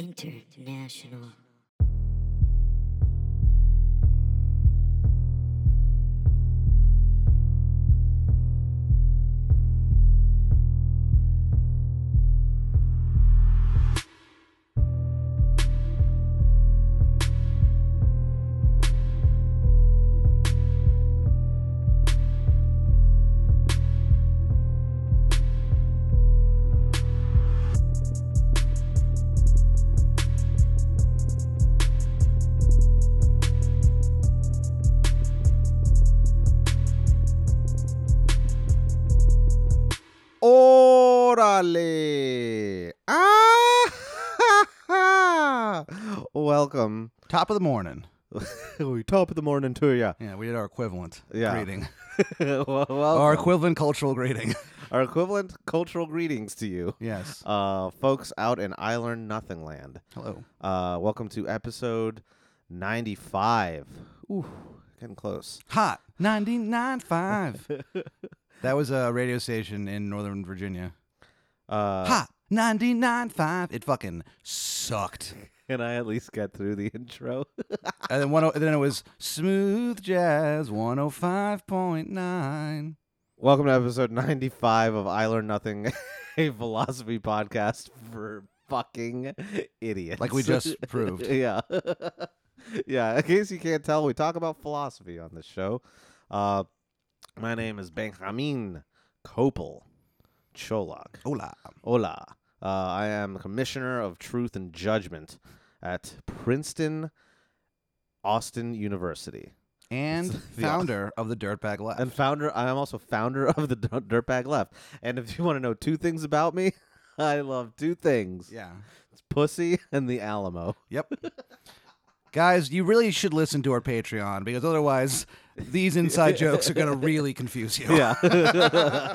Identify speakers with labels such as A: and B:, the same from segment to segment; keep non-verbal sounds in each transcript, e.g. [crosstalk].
A: International.
B: Órale! Ah! [laughs] Welcome.
C: Top of the morning.
B: [laughs] we top of the morning to ya.
C: Yeah, we did our equivalent
B: Yeah.
C: greeting.
B: [laughs] Well, welcome.
C: Our
B: Our,
C: equivalent cultural greeting. [laughs]
B: equivalent cultural greetings to you,
C: yes.
B: uh, folks out in I Learn Nothing Land.
C: Hello.
B: Uh, welcome to episode 95. Ooh, getting close.
C: Hot
B: [laughs]
C: 99.5. that was a radio station in Northern Virginia.
B: Uh,
C: Hot 99.5. It fucking sucked.
B: Can I at least get through the [laughs] intro?
C: and then, one, and then it was smooth jazz 105.9.
B: Welcome to episode 95 of I Learn Nothing, [laughs] a philosophy podcast for fucking idiots.
C: Like we
B: [laughs]
C: just proved.
B: yeah. yeah. In case you can't tell, we talk about philosophy on this show. Uh, my name is Benjamin Kopel Cholak.
C: Hola.
B: Hola. Uh, I am Commissioner of Truth and Judgment at Princeton Austin University. [laughs]
C: And
B: the-
C: founder of the Dirtbag Left.
B: And founder, I am also founder [laughs] of the D- Dirtbag Left. And if you want to know two things about me, [laughs] I love two things:
C: yeah.
B: it's pussy and the
C: [laughs]
B: Alamo.
C: Yep. Guys, you really should listen to our Patreon because otherwise these
B: [laughs]
C: inside jokes are going to really confuse you.
B: Yeah, [laughs]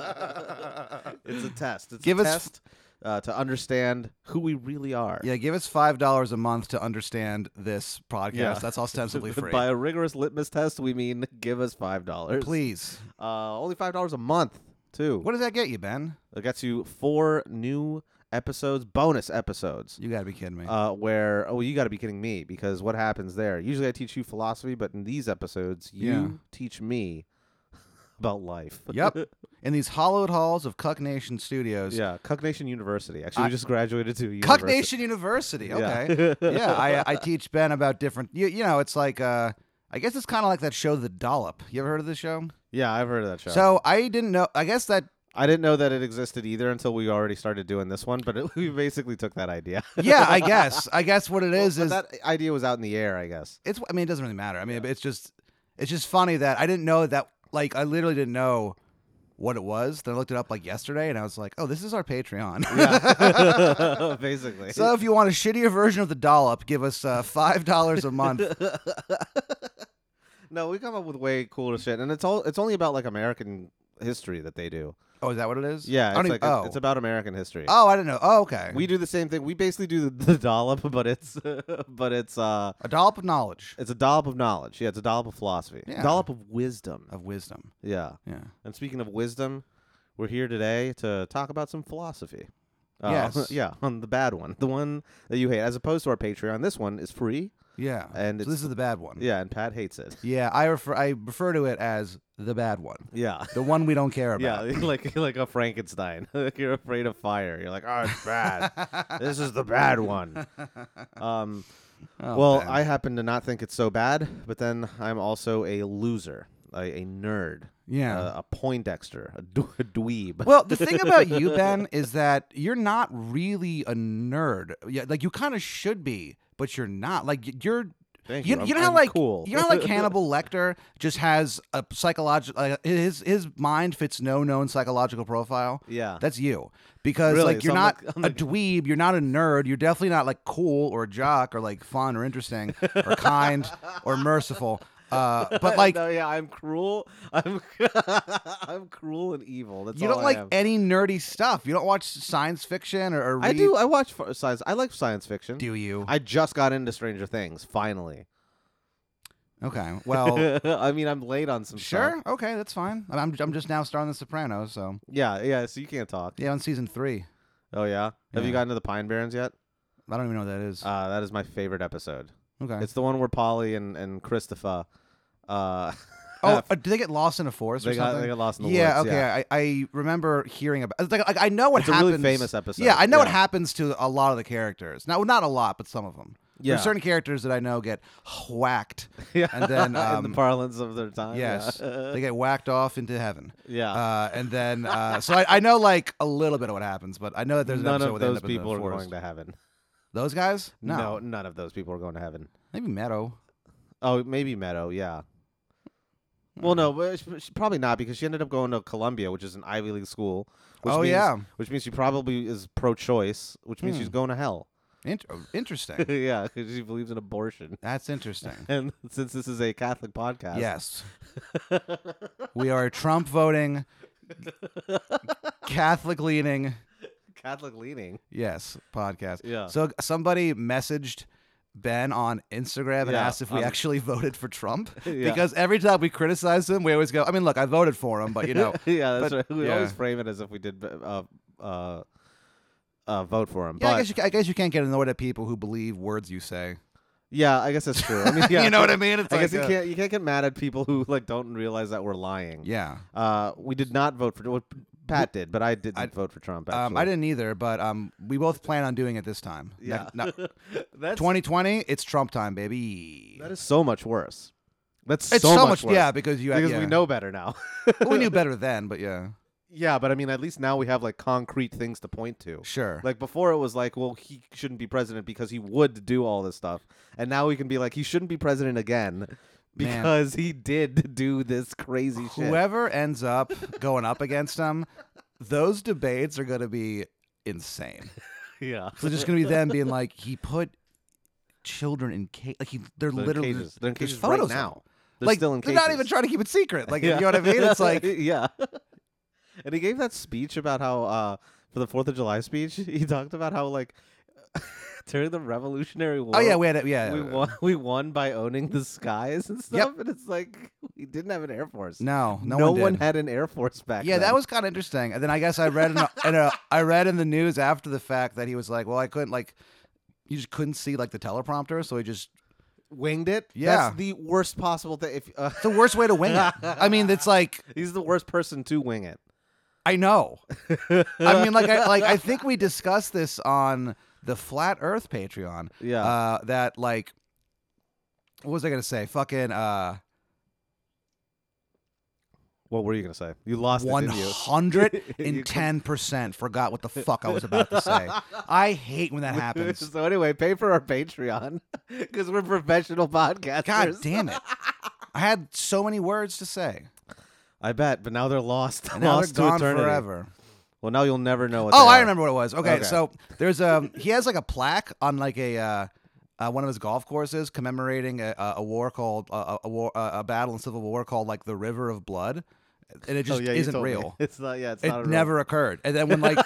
B: it's a test. It's
C: Give
B: a
C: us f-
B: test uh, to understand who we really are.
C: Yeah, give us $5 a month to understand this podcast.
B: Yeah. [laughs]
C: That's ostensibly free.
B: By a rigorous litmus test, we mean give us five dollars.
C: Please.
B: uh, only five dollars a month too.
C: What does that get you, Ben?
B: It gets you four new episodes, bonus episodes.
C: You got to be kidding me.
B: uh, [laughs] where oh you got to be kidding me because what happens there usually i teach you philosophy but in these episodes you
C: Yeah.
B: teach me [laughs] about life
C: yep. In these hollowed halls of Cuck Nation Studios.
B: [laughs] yeah cuck nation university actually
C: I-
B: we just graduated to
C: Cuck
B: university.
C: Nation University.
B: Yeah. [laughs]
C: Okay. Yeah, I, I teach Ben about different. You, you know, it's like, uh, I guess it's kind of like that show, The Dollop. You ever heard of this show?
B: yeah i've heard of that show
C: So I didn't know. I guess that
B: i didn't know that it existed either until we already started doing this one but it, [laughs] we basically took that idea [laughs]
C: yeah, I guess. I guess what it is
B: But
C: is
B: that idea was out in the air i
C: [laughs]
B: guess
C: it's. I mean, it doesn't really matter. I mean, it's just it's just funny that I didn't know that. Like, I literally didn't know what it was. Then I looked it up like yesterday, and I was like, "Oh, this is
B: [laughs]
C: our Patreon."
B: yeah [laughs] basically
C: [laughs] so if you want a shittier version of the dollop, give us uh, five
B: [laughs]
C: dollars a month.
B: no we come up with way cooler shit and it's all it's only about like american history that they do
C: Oh, is that what it is?
B: yeah
C: I
B: it's
C: don't
B: like
C: even,
B: it's-
C: oh.
B: it's about american history
C: oh, I didn't know. Oh, okay.
B: We do the same thing. We basically do the, the dollop, [laughs] but it's but it's uh
C: a dollop of knowledge
B: it's a dollop of knowledge. Yeah, it's a dollop of philosophy.
C: Yeah.
B: Dollop of wisdom.
C: of wisdom.
B: Yeah.
C: Yeah.
B: And speaking of wisdom, we're here today to talk about some philosophy. Uh, [laughs]
C: Yes.
B: yeah, on the bad one, the one that you hate, as opposed to our Patreon. This one is free.
C: Yeah.
B: And
C: so
B: it's-
C: this is the bad one.
B: Yeah, and Pat hates
C: [laughs]
B: it.
C: Yeah, I refer I refer to it as the bad one,
B: Yeah.
C: the one we don't care about.
B: Yeah, [laughs] like like a Frankenstein. [laughs] like you're afraid of fire. You're like, oh, it's bad.
C: [laughs]
B: this is the bad one. Um,
C: Oh,
B: well,
C: Ben.
B: I happen to not think it's so bad, but then I'm also a loser, a, a nerd, uh,
C: yeah.
B: a, a Poindexter, a, d- [laughs] a dweeb.
C: Well, the thing about you, Ben, is that you're not really a nerd. Yeah, like you kind of should be, but you're not. Like y- you're.
B: Thank
C: You,
B: you. I'm-
C: you know how
B: I'm
C: like
B: cool.
C: you know how, like Hannibal Lecter just has a psychological like, his his mind fits no known psychological profile.
B: [laughs] yeah,
C: That's you because
B: Really?
C: like
B: So
C: you're
B: I'm
C: not
B: like- I'm
C: a
B: like-
C: dweeb, you're not a nerd, you're definitely not like cool or a jock or like fun
B: [laughs]
C: or interesting or kind or merciful. Uh, [laughs] but
B: [laughs]
C: like
B: no, yeah, I'm cruel. [laughs] I'm I'm cruel and evil. That's
C: you
B: all
C: don't
B: I
C: like
B: am.
C: any nerdy stuff. You don't watch science fiction or, or read.
B: I do. I watch f- science. I like science fiction.
C: Do you?
B: I just got into Stranger Things finally. [laughs]
C: okay. Well,
B: I mean, I'm late on some. stuff.
C: Oh. sure. Okay, that's fine. I'm I'm just now starting The Sopranos, so
B: Yeah, yeah. So you can't talk.
C: yeah, on season three.
B: Oh yeah. Have you
C: Yeah.
B: gotten to the Pine Barrens yet?
C: I don't even know what that is.
B: Uh, that is my favorite episode.
C: okay.
B: It's the one where Polly and and Christopher, uh,
C: Oh, uh, do they get lost in a forest
B: they
C: or
B: got they
C: something?
B: got lost in the
C: yeah.
B: woods.
C: okay. I, I remember hearing about. It's like, like I know what
B: it's a
C: happens.
B: really famous episode.
C: Yeah, I know what happens to a lot of the characters. Now, not a lot, but some of them.
B: Yeah,
C: There's certain characters that I know get whacked.
B: [laughs] yeah.
C: and then,
B: in
C: um,
B: the parlance of their time.
C: Yes,
B: yeah.
C: they get whacked off
B: [laughs]
C: into heaven.
B: Yeah.
C: Uh, and then, uh, so I, I know like a little bit of what happens, but I know that there's an
B: none
C: episode
B: of
C: where they end
B: those
C: up in the
B: people are
C: forest.
B: going to heaven.
C: Those guys? No.
B: none of those people are going to heaven.
C: Maybe Meadow.
B: Oh, maybe Meadow. Yeah.
C: Hmm.
B: Well, no, but she, she- probably not because she ended up going to Columbia, which is an Ivy League school. Which
C: Oh,
B: means,
C: yeah. Hmm.
B: Which means she probably is pro-choice, which means she's going to hell. [laughs]
C: Int- oh, interesting.
B: yeah, because she believes in abortion. [laughs]
C: That's interesting.
B: And since this is a Catholic podcast,
C: Yes.
B: [laughs]
C: we are a Trump voting, Catholic leaning,
B: Catholic leaning. [laughs]
C: yes, podcast.
B: Yeah.
C: So somebody messaged Ben on Instagram and
B: Yeah,
C: asked if we
B: um,
C: actually voted for Trump
B: [laughs] Yeah.
C: because every time we criticize him, we always go, I mean, look, I voted for him, but
B: [laughs]
C: you know.
B: yeah, that's
C: but-
B: right. We
C: yeah.
B: always frame it as if we did uh, uh, uh, vote for him.
C: Yeah,
B: but
C: I guess, you, I guess you can't get annoyed at people who believe words you say. [laughs]
B: yeah, I guess that's true. I mean, yeah,
C: you know what I mean?
B: [laughs]
C: It's
B: I
C: like
B: guess you
C: uh,
B: can't you can't get mad at people who like don't realize that we're lying.
C: Yeah.
B: Uh, we did not vote for well, Pat did, but I didn't vote for Trump. Actually.
C: Um, I didn't either, but um, we both plan on doing it this time. Ne-
B: Yeah.
C: no-
B: [laughs] That's
C: 2020, it's Trump time, baby.
B: that is so much worse. That's
C: it's
B: so,
C: much,
B: worse.
C: yeah, because you
B: because
C: yeah.
B: we [laughs] know better now.
C: Well, we knew better then, but [laughs] yeah,
B: yeah, but I mean, at least now we have like concrete things to point to.
C: sure.
B: Like before, it was like, well, he shouldn't be president because he would do all this stuff, and now we can be like, he shouldn't be president again
C: Man.
B: because he did do this crazy
C: [laughs]
B: shit.
C: Whoever ends up going up against them, those debates are going to be insane.
B: Yeah,
C: So it's just going to be
B: [laughs]
C: them being like, he put children in cage. Like he,
B: They're
C: they're,
B: in
C: literally
B: cages. They're in
C: there's
B: cages
C: photos
B: right
C: of them.
B: now. They're
C: like
B: still in
C: they're
B: cages.
C: not even trying to keep it
B: [laughs]
C: secret. Like you know what I mean? [laughs] It's like
B: yeah. And he gave that speech about how uh, for the Fourth of July speech, he talked about how like [laughs] during the Revolutionary War.
C: oh yeah, we had it. Yeah,
B: we won. [laughs] We won by owning the skies and stuff. And it's like we didn't have an air force.
C: no, no,
B: no
C: one,
B: one
C: did.
B: had an air force back.
C: Yeah,
B: then.
C: that was kind of interesting. And then I guess I read in a, in a, I read in the news after the fact that he was like, well, I couldn't like, you just couldn't see like the teleprompter, so he just
B: winged it.
C: Yeah.
B: that's the worst possible thing. If uh, [laughs]
C: It's the worst way to wing it. I mean, it's like
B: he's the worst person to wing it.
C: I know. I mean, like I like I think we discussed this on the Flat Earth Patreon.
B: Yeah.
C: Uh, that like, what was I gonna say? Fucking uh,
B: What were you gonna say? You lost
C: one
B: it, didn't
C: [laughs]
B: you?
C: hundred
B: [laughs] You
C: and ten percent forgot what the fuck I was about to say. I hate
B: [laughs]
C: when that [laughs] happens.
B: so anyway, pay for our
C: [laughs]
B: Patreon because we're professional podcasters.
C: God damn it! I had so many words
B: [laughs]
C: to say,
B: I bet, but now they're lost. [laughs]
C: and now
B: lost
C: they're gone
B: to eternity.
C: forever.
B: Well, now you'll never know what.
C: Oh,
B: they
C: I
B: are.
C: remember what it was. Okay,
B: Okay.
C: so there's a he has like a plaque on like a uh, uh, one of his golf courses commemorating a, a, a war called uh, a, a war uh, a battle in Civil War called like the River of Blood, and it
B: Oh,
C: just
B: yeah, you
C: isn't
B: told me.
C: real.
B: [laughs] It's not. Yeah, it's
C: It
B: not. a real- [laughs]
C: never occurred. And then when like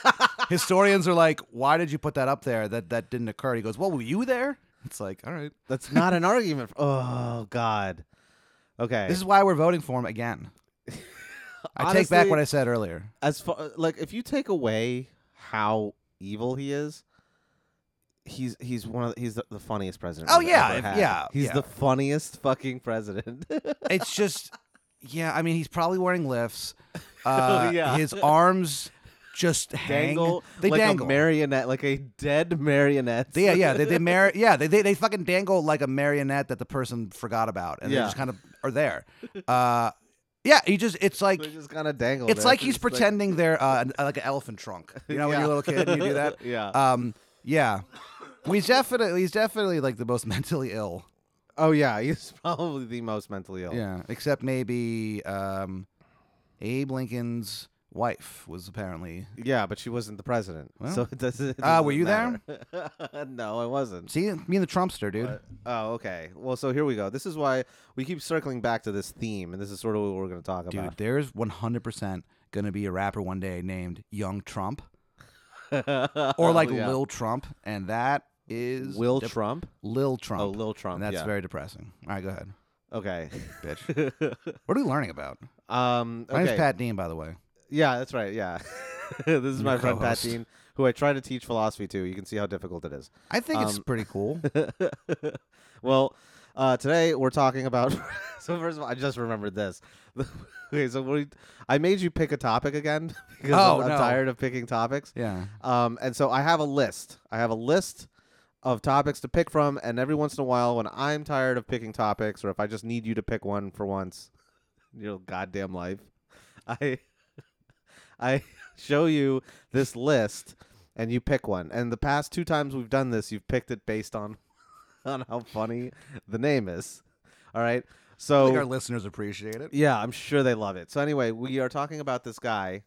C: historians are like, "Why did you put that up there? That that didn't occur." He goes, "Well, were you there?" It's like, all right,
B: That's not an argument. Oh God. Okay.
C: this is why we're voting for him again. I take back
B: Honestly,
C: what I said earlier.
B: as far like if you take away how evil he is, he's he's one of the, he's the, the funniest president.
C: Oh,
B: we've
C: yeah,
B: ever
C: if-
B: had.
C: yeah,
B: He's
C: yeah.
B: the funniest fucking president. [laughs]
C: It's just, yeah. I mean, he's probably wearing lifts.
B: [laughs]
C: Uh,
B: yeah.
C: His arms just hang.
B: dangle
C: They
B: like
C: dangle.
B: a marionette, like a dead marionette.
C: They- yeah,
B: [laughs]
C: yeah. They they mar- Yeah, they, they they fucking dangle like a marionette that the person forgot about, and they
B: Yeah.
C: just kind of are there. Uh, yeah. He just it's like
B: They're just kind of dangle.
C: it's
B: there.
C: like he's
B: It's just
C: pretending they're uh, an- like an elephant trunk. You know,
B: Yeah.
C: when you're a little kid, and
B: [laughs]
C: you do that.
B: yeah.
C: Um, yeah. We definitely he's definitely like the most [laughs] mentally ill.
B: oh yeah, he's probably the most mentally ill.
C: Yeah, except maybe um, Abe Lincoln's wife was apparently.
B: Yeah, but she wasn't the president,
C: Well.
B: so it doesn't. it
C: Ah, were
B: doesn't
C: you
B: matter. [laughs] no, I wasn't.
C: See, me and the Trumpster, dude.
B: But- oh, okay. Well, so here we go. This is why we keep circling back to this theme, and this is sort of what we're going to talk
C: dude, there's 100% gonna be a rapper one day named Young Trump
B: about.
C: or like
B: Oh, [laughs] Yeah.
C: Lil Trump, and that is
B: Will
C: dep-
B: Trump.
C: Lil Trump.
B: Oh, Lil Trump.
C: and that's
B: yeah.
C: very depressing. All right, go ahead,
B: okay.
C: bitch. what are we learning about?
B: [laughs] um.
C: My name's
B: okay.
C: Pat Dean, by the way.
B: Yeah, that's right. Yeah, [laughs] this is my friend Pat
C: co-host.
B: Dean, who I try to teach philosophy to. You can see how difficult it is. [laughs]
C: I think it's
B: Um, [laughs]
C: pretty cool.
B: well, uh, today we're talking about. [laughs] so first of all, I just remembered this. [laughs] okay, so we, I made you pick a topic again [laughs] because
C: Oh,
B: I'm, I'm
C: no.
B: tired of picking topics.
C: yeah.
B: Um, and so I have a list. I have a list of topics to pick from, and every once in a while, when I'm tired of picking topics, or if I just need you to pick one for once, in your goddamn life, [laughs] I, I show you this list, and you pick one. And the past two times we've done this, you've picked it based on, [laughs] on how funny the name is. All right.
C: I
B: So
C: think our listeners appreciate
B: [laughs]
C: it. [laughs]
B: yeah, I'm sure they love it. So anyway, we are talking about this guy.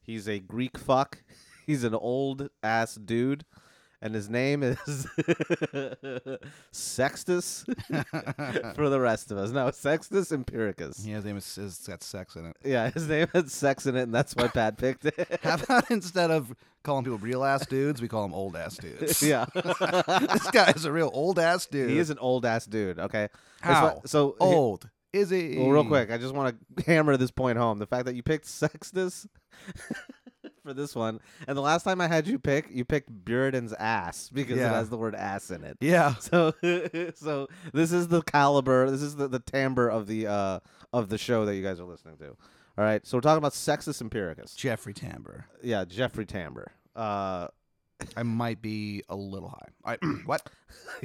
B: He's a Greek fuck. [laughs] He's an old ass dude, and his name is [laughs]
C: [laughs]
B: Sextus. for the rest of us, no, Sextus Empiricus.
C: Yeah, his name is, is it's got sex in it.
B: Yeah, his name had sex in it, and that's why Pat picked it. [laughs]
C: How about [laughs] instead of calling people real ass dudes, we call them old ass
B: [laughs]
C: dudes? [laughs]
B: yeah,
C: this guy is a real old ass dude.
B: he is an old ass dude. Okay, That's why-
C: How? Oh,
B: so he-
C: old is he?
B: Well, real quick, I just want to [laughs] hammer this point home. The fact that you picked [laughs] Sextus for this one, and the last time I had you pick, you picked Buridan's ass because it
C: Yeah.
B: has the word ass in it. [laughs]
C: Yeah.
B: So, so this is the caliber, this is the, the timbre of the uh of the show that you guys are listening to. All right, so we're talking about Sextus Empiricus.
C: Jeffrey Tambor.
B: Yeah, Jeffrey Tambor. Uh, [laughs]
C: I might be a little high. I, [clears throat] what?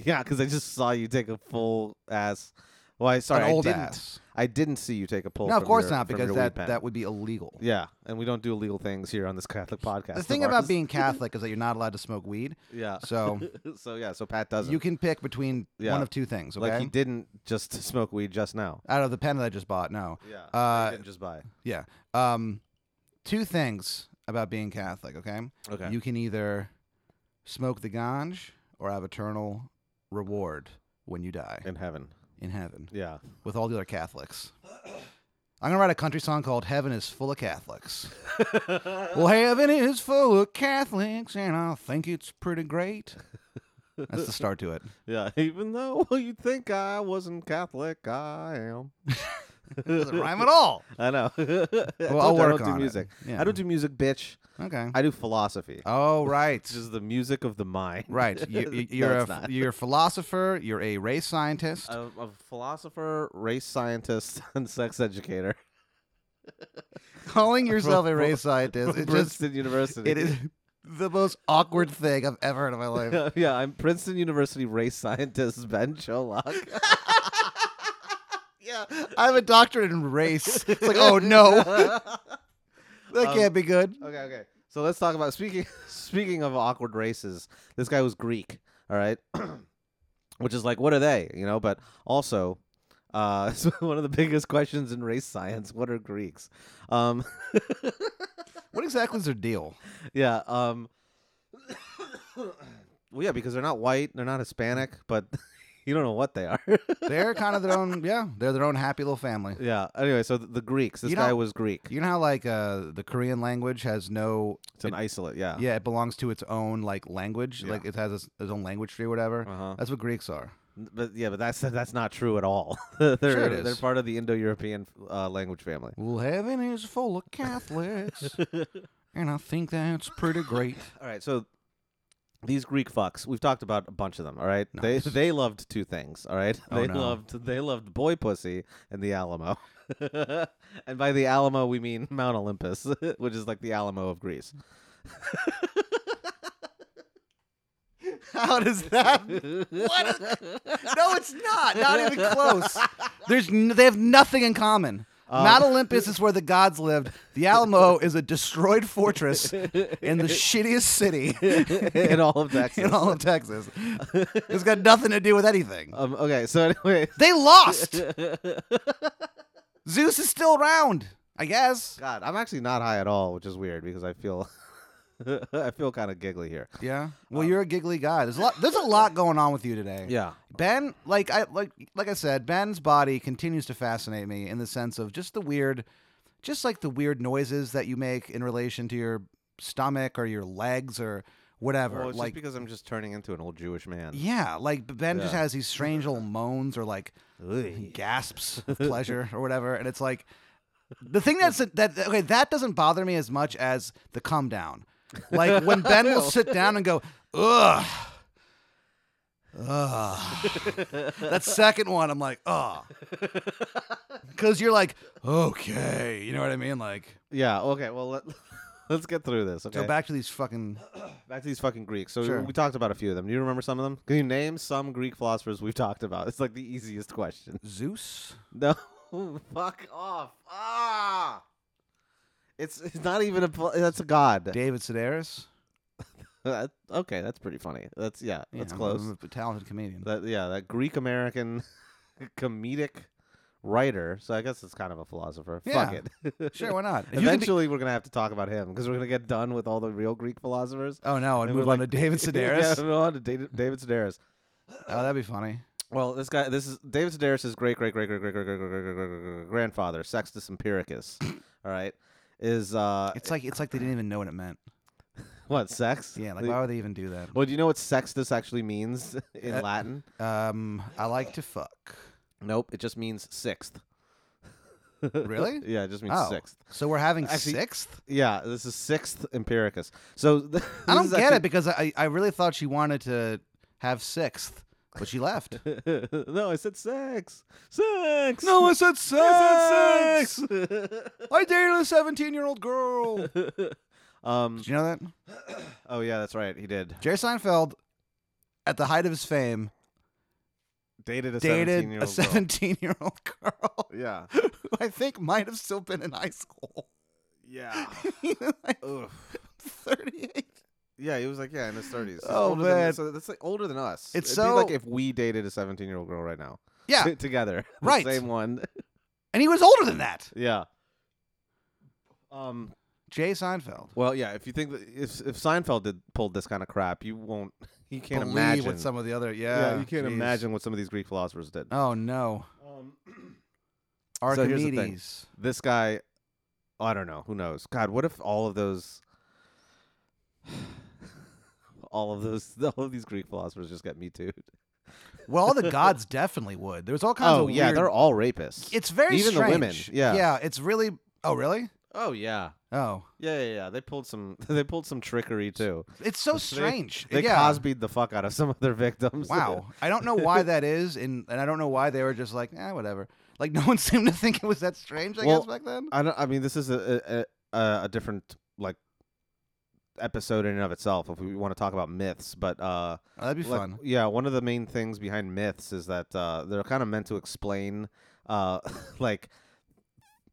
B: yeah, because I just saw you take a full ass. Well, I [clears throat] sorry,
C: An old
B: I didn't.
C: ass.
B: I didn't see you take a pull.
C: No, of
B: from
C: course
B: your-
C: not,
B: from
C: because
B: your weed
C: that
B: pen.
C: that would be illegal.
B: Yeah, and we don't do illegal things here on this Catholic podcast.
C: The
B: of
C: thing about
B: ours. [laughs]
C: being Catholic is that you're not allowed to smoke weed.
B: yeah,
C: So
B: [laughs] so yeah, so Pat doesn't.
C: you can pick between
B: Yeah.
C: one of two things. Okay.
B: like he didn't just [laughs] smoke weed just now.
C: Out of the pen that I just bought, no.
B: Yeah,
C: Uh,
B: didn't just buy.
C: Yeah. Um, two things about being Catholic. Okay.
B: Okay,
C: You can either smoke the ganj or have eternal reward when you die
B: in heaven.
C: in heaven
B: [laughs] Yeah,
C: with all the other Catholics. [coughs] I'm gonna write a country song called "Heaven Is Full
B: [laughs]
C: of Catholics." well, heaven is full of Catholics, and I think it's pretty great. That's the
B: [laughs]
C: start to it.
B: yeah. Even though [laughs] you think I wasn't Catholic, I [laughs] am.
C: Doesn't rhyme at all.
B: [laughs] I know. I
C: Well, I'll
B: told you I
C: work
B: don't
C: on
B: do music. Uh,
C: It. Yeah.
B: I don't do music, bitch.
C: Okay.
B: I do philosophy. [laughs]
C: Oh, right.
B: This is the music of the mind.
C: Right.
B: [laughs]
C: You, you-
B: No,
C: you're a
B: it's
C: f-
B: not. Uh,
C: you're a philosopher. You're a race scientist.
B: I'm a philosopher, race scientist, [laughs] and sex educator.
C: [laughs] Calling yourself a
B: from- [laughs]
C: race scientist, it just
B: Princeton [laughs] University.
C: it is [laughs] the most awkward thing I've ever heard in
B: [laughs]
C: my life.
B: Yeah, yeah, I'm Princeton University race scientist Ben Cholock. yeah.
C: I have a doctorate in race. It's like, oh [laughs] no, that
B: Um,
C: can't be good.
B: okay, okay. So let's talk about speaking [laughs] speaking of awkward races. This guy was Greek, all right? [clears throat] Which is like what are they, you know, but also uh, [laughs] it's one of the biggest questions in race science. What are Greeks? Um, [laughs]
C: What exactly is their deal?
B: yeah. Um, [coughs] well, yeah, because they're not white, they're not Hispanic, but [laughs] you don't know what they are. [laughs]
C: They're kind of their own. Yeah, they're their own happy little family.
B: Yeah. Anyway, so th- the Greeks. This
C: You
B: guy
C: know-
B: was Greek.
C: You know how like uh, the Korean language has no.
B: It's an isolate. Yeah.
C: Yeah, it belongs to its own like language.
B: Yeah.
C: Like it has its, its own language tree, or whatever.
B: Uh-huh.
C: That's what Greeks are.
B: N- But yeah, but that's that's not true at all. [laughs] they're
C: Sure it
B: they're
C: is.
B: part of the Indo-European uh, language family.
C: Well, heaven is full of Catholics, and I think that's pretty great.
B: All right, so these Greek fucks, we've talked about a bunch of them, all right?
C: Nice.
B: They they loved two things, all right?
C: Oh,
B: they
C: no.
B: loved they loved boy pussy and the Alamo. [laughs] and by the Alamo we mean [laughs] Mount Olympus, which is like the Alamo of Greece.
C: How does that? What? [laughs] No, it's not. Not even close. [laughs] Um, There's n- they have nothing in common. Mount Olympus is where the gods lived. The Alamo [laughs] is a destroyed fortress in the shittiest city
B: [laughs]
C: [laughs]
B: in all of Texas.
C: in all of Texas. It's got nothing to do with anything.
B: um, okay, so [laughs] anyway,
C: They [laughs] lost. Zeus is still around, I guess.
B: God, I'm actually not high at all, which is weird because I feel [laughs] I feel kind of giggly here.
C: Yeah. Well, you're a giggly guy. There's a lot. There's a lot going on with you today.
B: Yeah.
C: Ben, like I like like I said, Ben's body continues to fascinate me in the sense of just the weird just like the weird noises that you make in relation to your stomach or your legs or whatever.
B: Well, it's
C: like
B: just because I'm just turning into an old Jewish man.
C: yeah, like Ben just
B: Yeah.
C: has these strange little moans or like
B: Ooh.
C: gasps
B: [laughs]
C: of pleasure or whatever and it's like the thing that's that okay, that doesn't bother me as much as the come down. Like when Ben will
B: [laughs]
C: sit down and go, ugh. Ugh. that second one, I'm like,
B: [laughs]
C: ugh. Because you're like, okay. You know what I mean? Like,
B: Yeah. Okay. Well, let, [laughs] let's get through this. Okay.
C: go back to these fucking.
B: Back to these fucking Greeks. So
C: Sure.
B: we talked about a few of them. Do you remember some of them? Can you name some Greek philosophers we've talked about? It's like the easiest question. [laughs]
C: Zeus?
B: No, fuck off. Ah, it's it's not even a. pl- That's a god.
C: David Sedaris?
B: [laughs] That- okay, that's pretty funny. That's yeah,
C: Yeah,
B: that's
C: I'm a-
B: close.
C: I'm a talented comedian.
B: That yeah, that Greek American [laughs] comedic writer. So I guess it's kind of a philosopher.
C: Yeah.
B: Fuck it. [laughs]
C: Sure, why not? If you can be-
B: Eventually, we're gonna have to talk about him because we're gonna get done with all the real Greek philosophers.
C: oh, no. And
B: And
C: move
B: we're
C: on to
B: like-
C: David
B: [laughs]
C: Sedaris?
B: yeah, we're on to David David Sedaris.
C: Oh, that'd be funny.
B: Well, this guy, this is David Sedaris' great great great great great great great great great great great grandfather, Sextus
C: [coughs]
B: Empiricus. all right, is uh,
C: It's like it's like they didn't even know what it meant.
B: [laughs] what sex?
C: Yeah, like why would they even do that?
B: well, do you know what sextus actually means [laughs] in
C: Uh,
B: Latin?
C: Um, I like to fuck.
B: Nope, it just means sixth.
C: Really?
B: [laughs] yeah, it just means
C: Oh.
B: sixth.
C: So we're having
B: Actually-
C: sixth.
B: Yeah, this is sixth Empiricus. So [laughs] th-
C: I don't get it because I I really thought she wanted to have sixth, but she
B: [laughs]
C: left.
B: it. no, I said sex. Sex.
C: I
B: [laughs]
C: said six.
B: I said sex.
C: I dated a seventeen-year-old girl. Did
B: [laughs] um.
C: you know that
B: [laughs] Oh yeah, that's right. He did
C: Jerry Seinfeld, at the height of his fame,
B: dated a
C: dated
B: seventeen-year-old. girl.
C: a seventeen-year-old [laughs] girl
B: Yeah.
C: who I think might have still been in high school.
B: Yeah.
C: [laughs] like
B: Ugh.
C: Thirty-eight.
B: Yeah, he was like, yeah, in his thirties.
C: Oh, man.
B: so that's like older than us.
C: It's
B: It'd be like
C: so-
B: if we dated a seventeen-year-old girl right now,
C: Yeah,
B: T- [laughs] together, The
C: Right.
B: same one, [laughs]
C: and he was older than that.
B: yeah. Um.
C: Jay Seinfeld.
B: Well, yeah. If you think that if if Seinfeld did pulled this kind of crap, you won't. [laughs] You can't
C: Believe
B: imagine
C: what some of the other.
B: Yeah,
C: Yeah,
B: you can't
C: jeez.
B: imagine what some of these Greek philosophers did.
C: Oh no,
B: Um, So here's the thing.
C: Archimedes.
B: this guy I don't know, who knows. God, what if all of those [sighs] all of those [laughs] all of these Greek philosophers just got me too.
C: well, all
B: [laughs]
C: the gods definitely would. There's all kinds
B: Oh
C: of
B: yeah,
C: weird-
B: they're all rapists.
C: It's very
B: even the women,
C: strange.
B: yeah.
C: yeah. It's really. Oh really?
B: oh yeah.
C: Oh,
B: Yeah, yeah, yeah. They pulled some [laughs] they pulled some trickery too.
C: it's so
B: They-
C: strange.
B: They
C: yeah.
B: Cosby'd the fuck out of some [laughs] of their victims.
C: Wow. I don't know why that is, and and I don't know why they were just like, eh, whatever. Like no one [laughs] seemed to think it was that strange. I
B: Well,
C: guess back then.
B: [laughs] I don't I mean this is a a, a, a different like episode in and of itself if we want to talk about myths, but uh
C: Oh, that'd be
B: Like,
C: fun.
B: Yeah, one of the main things behind myths is that uh, they're kind of meant to explain, uh, [laughs] like,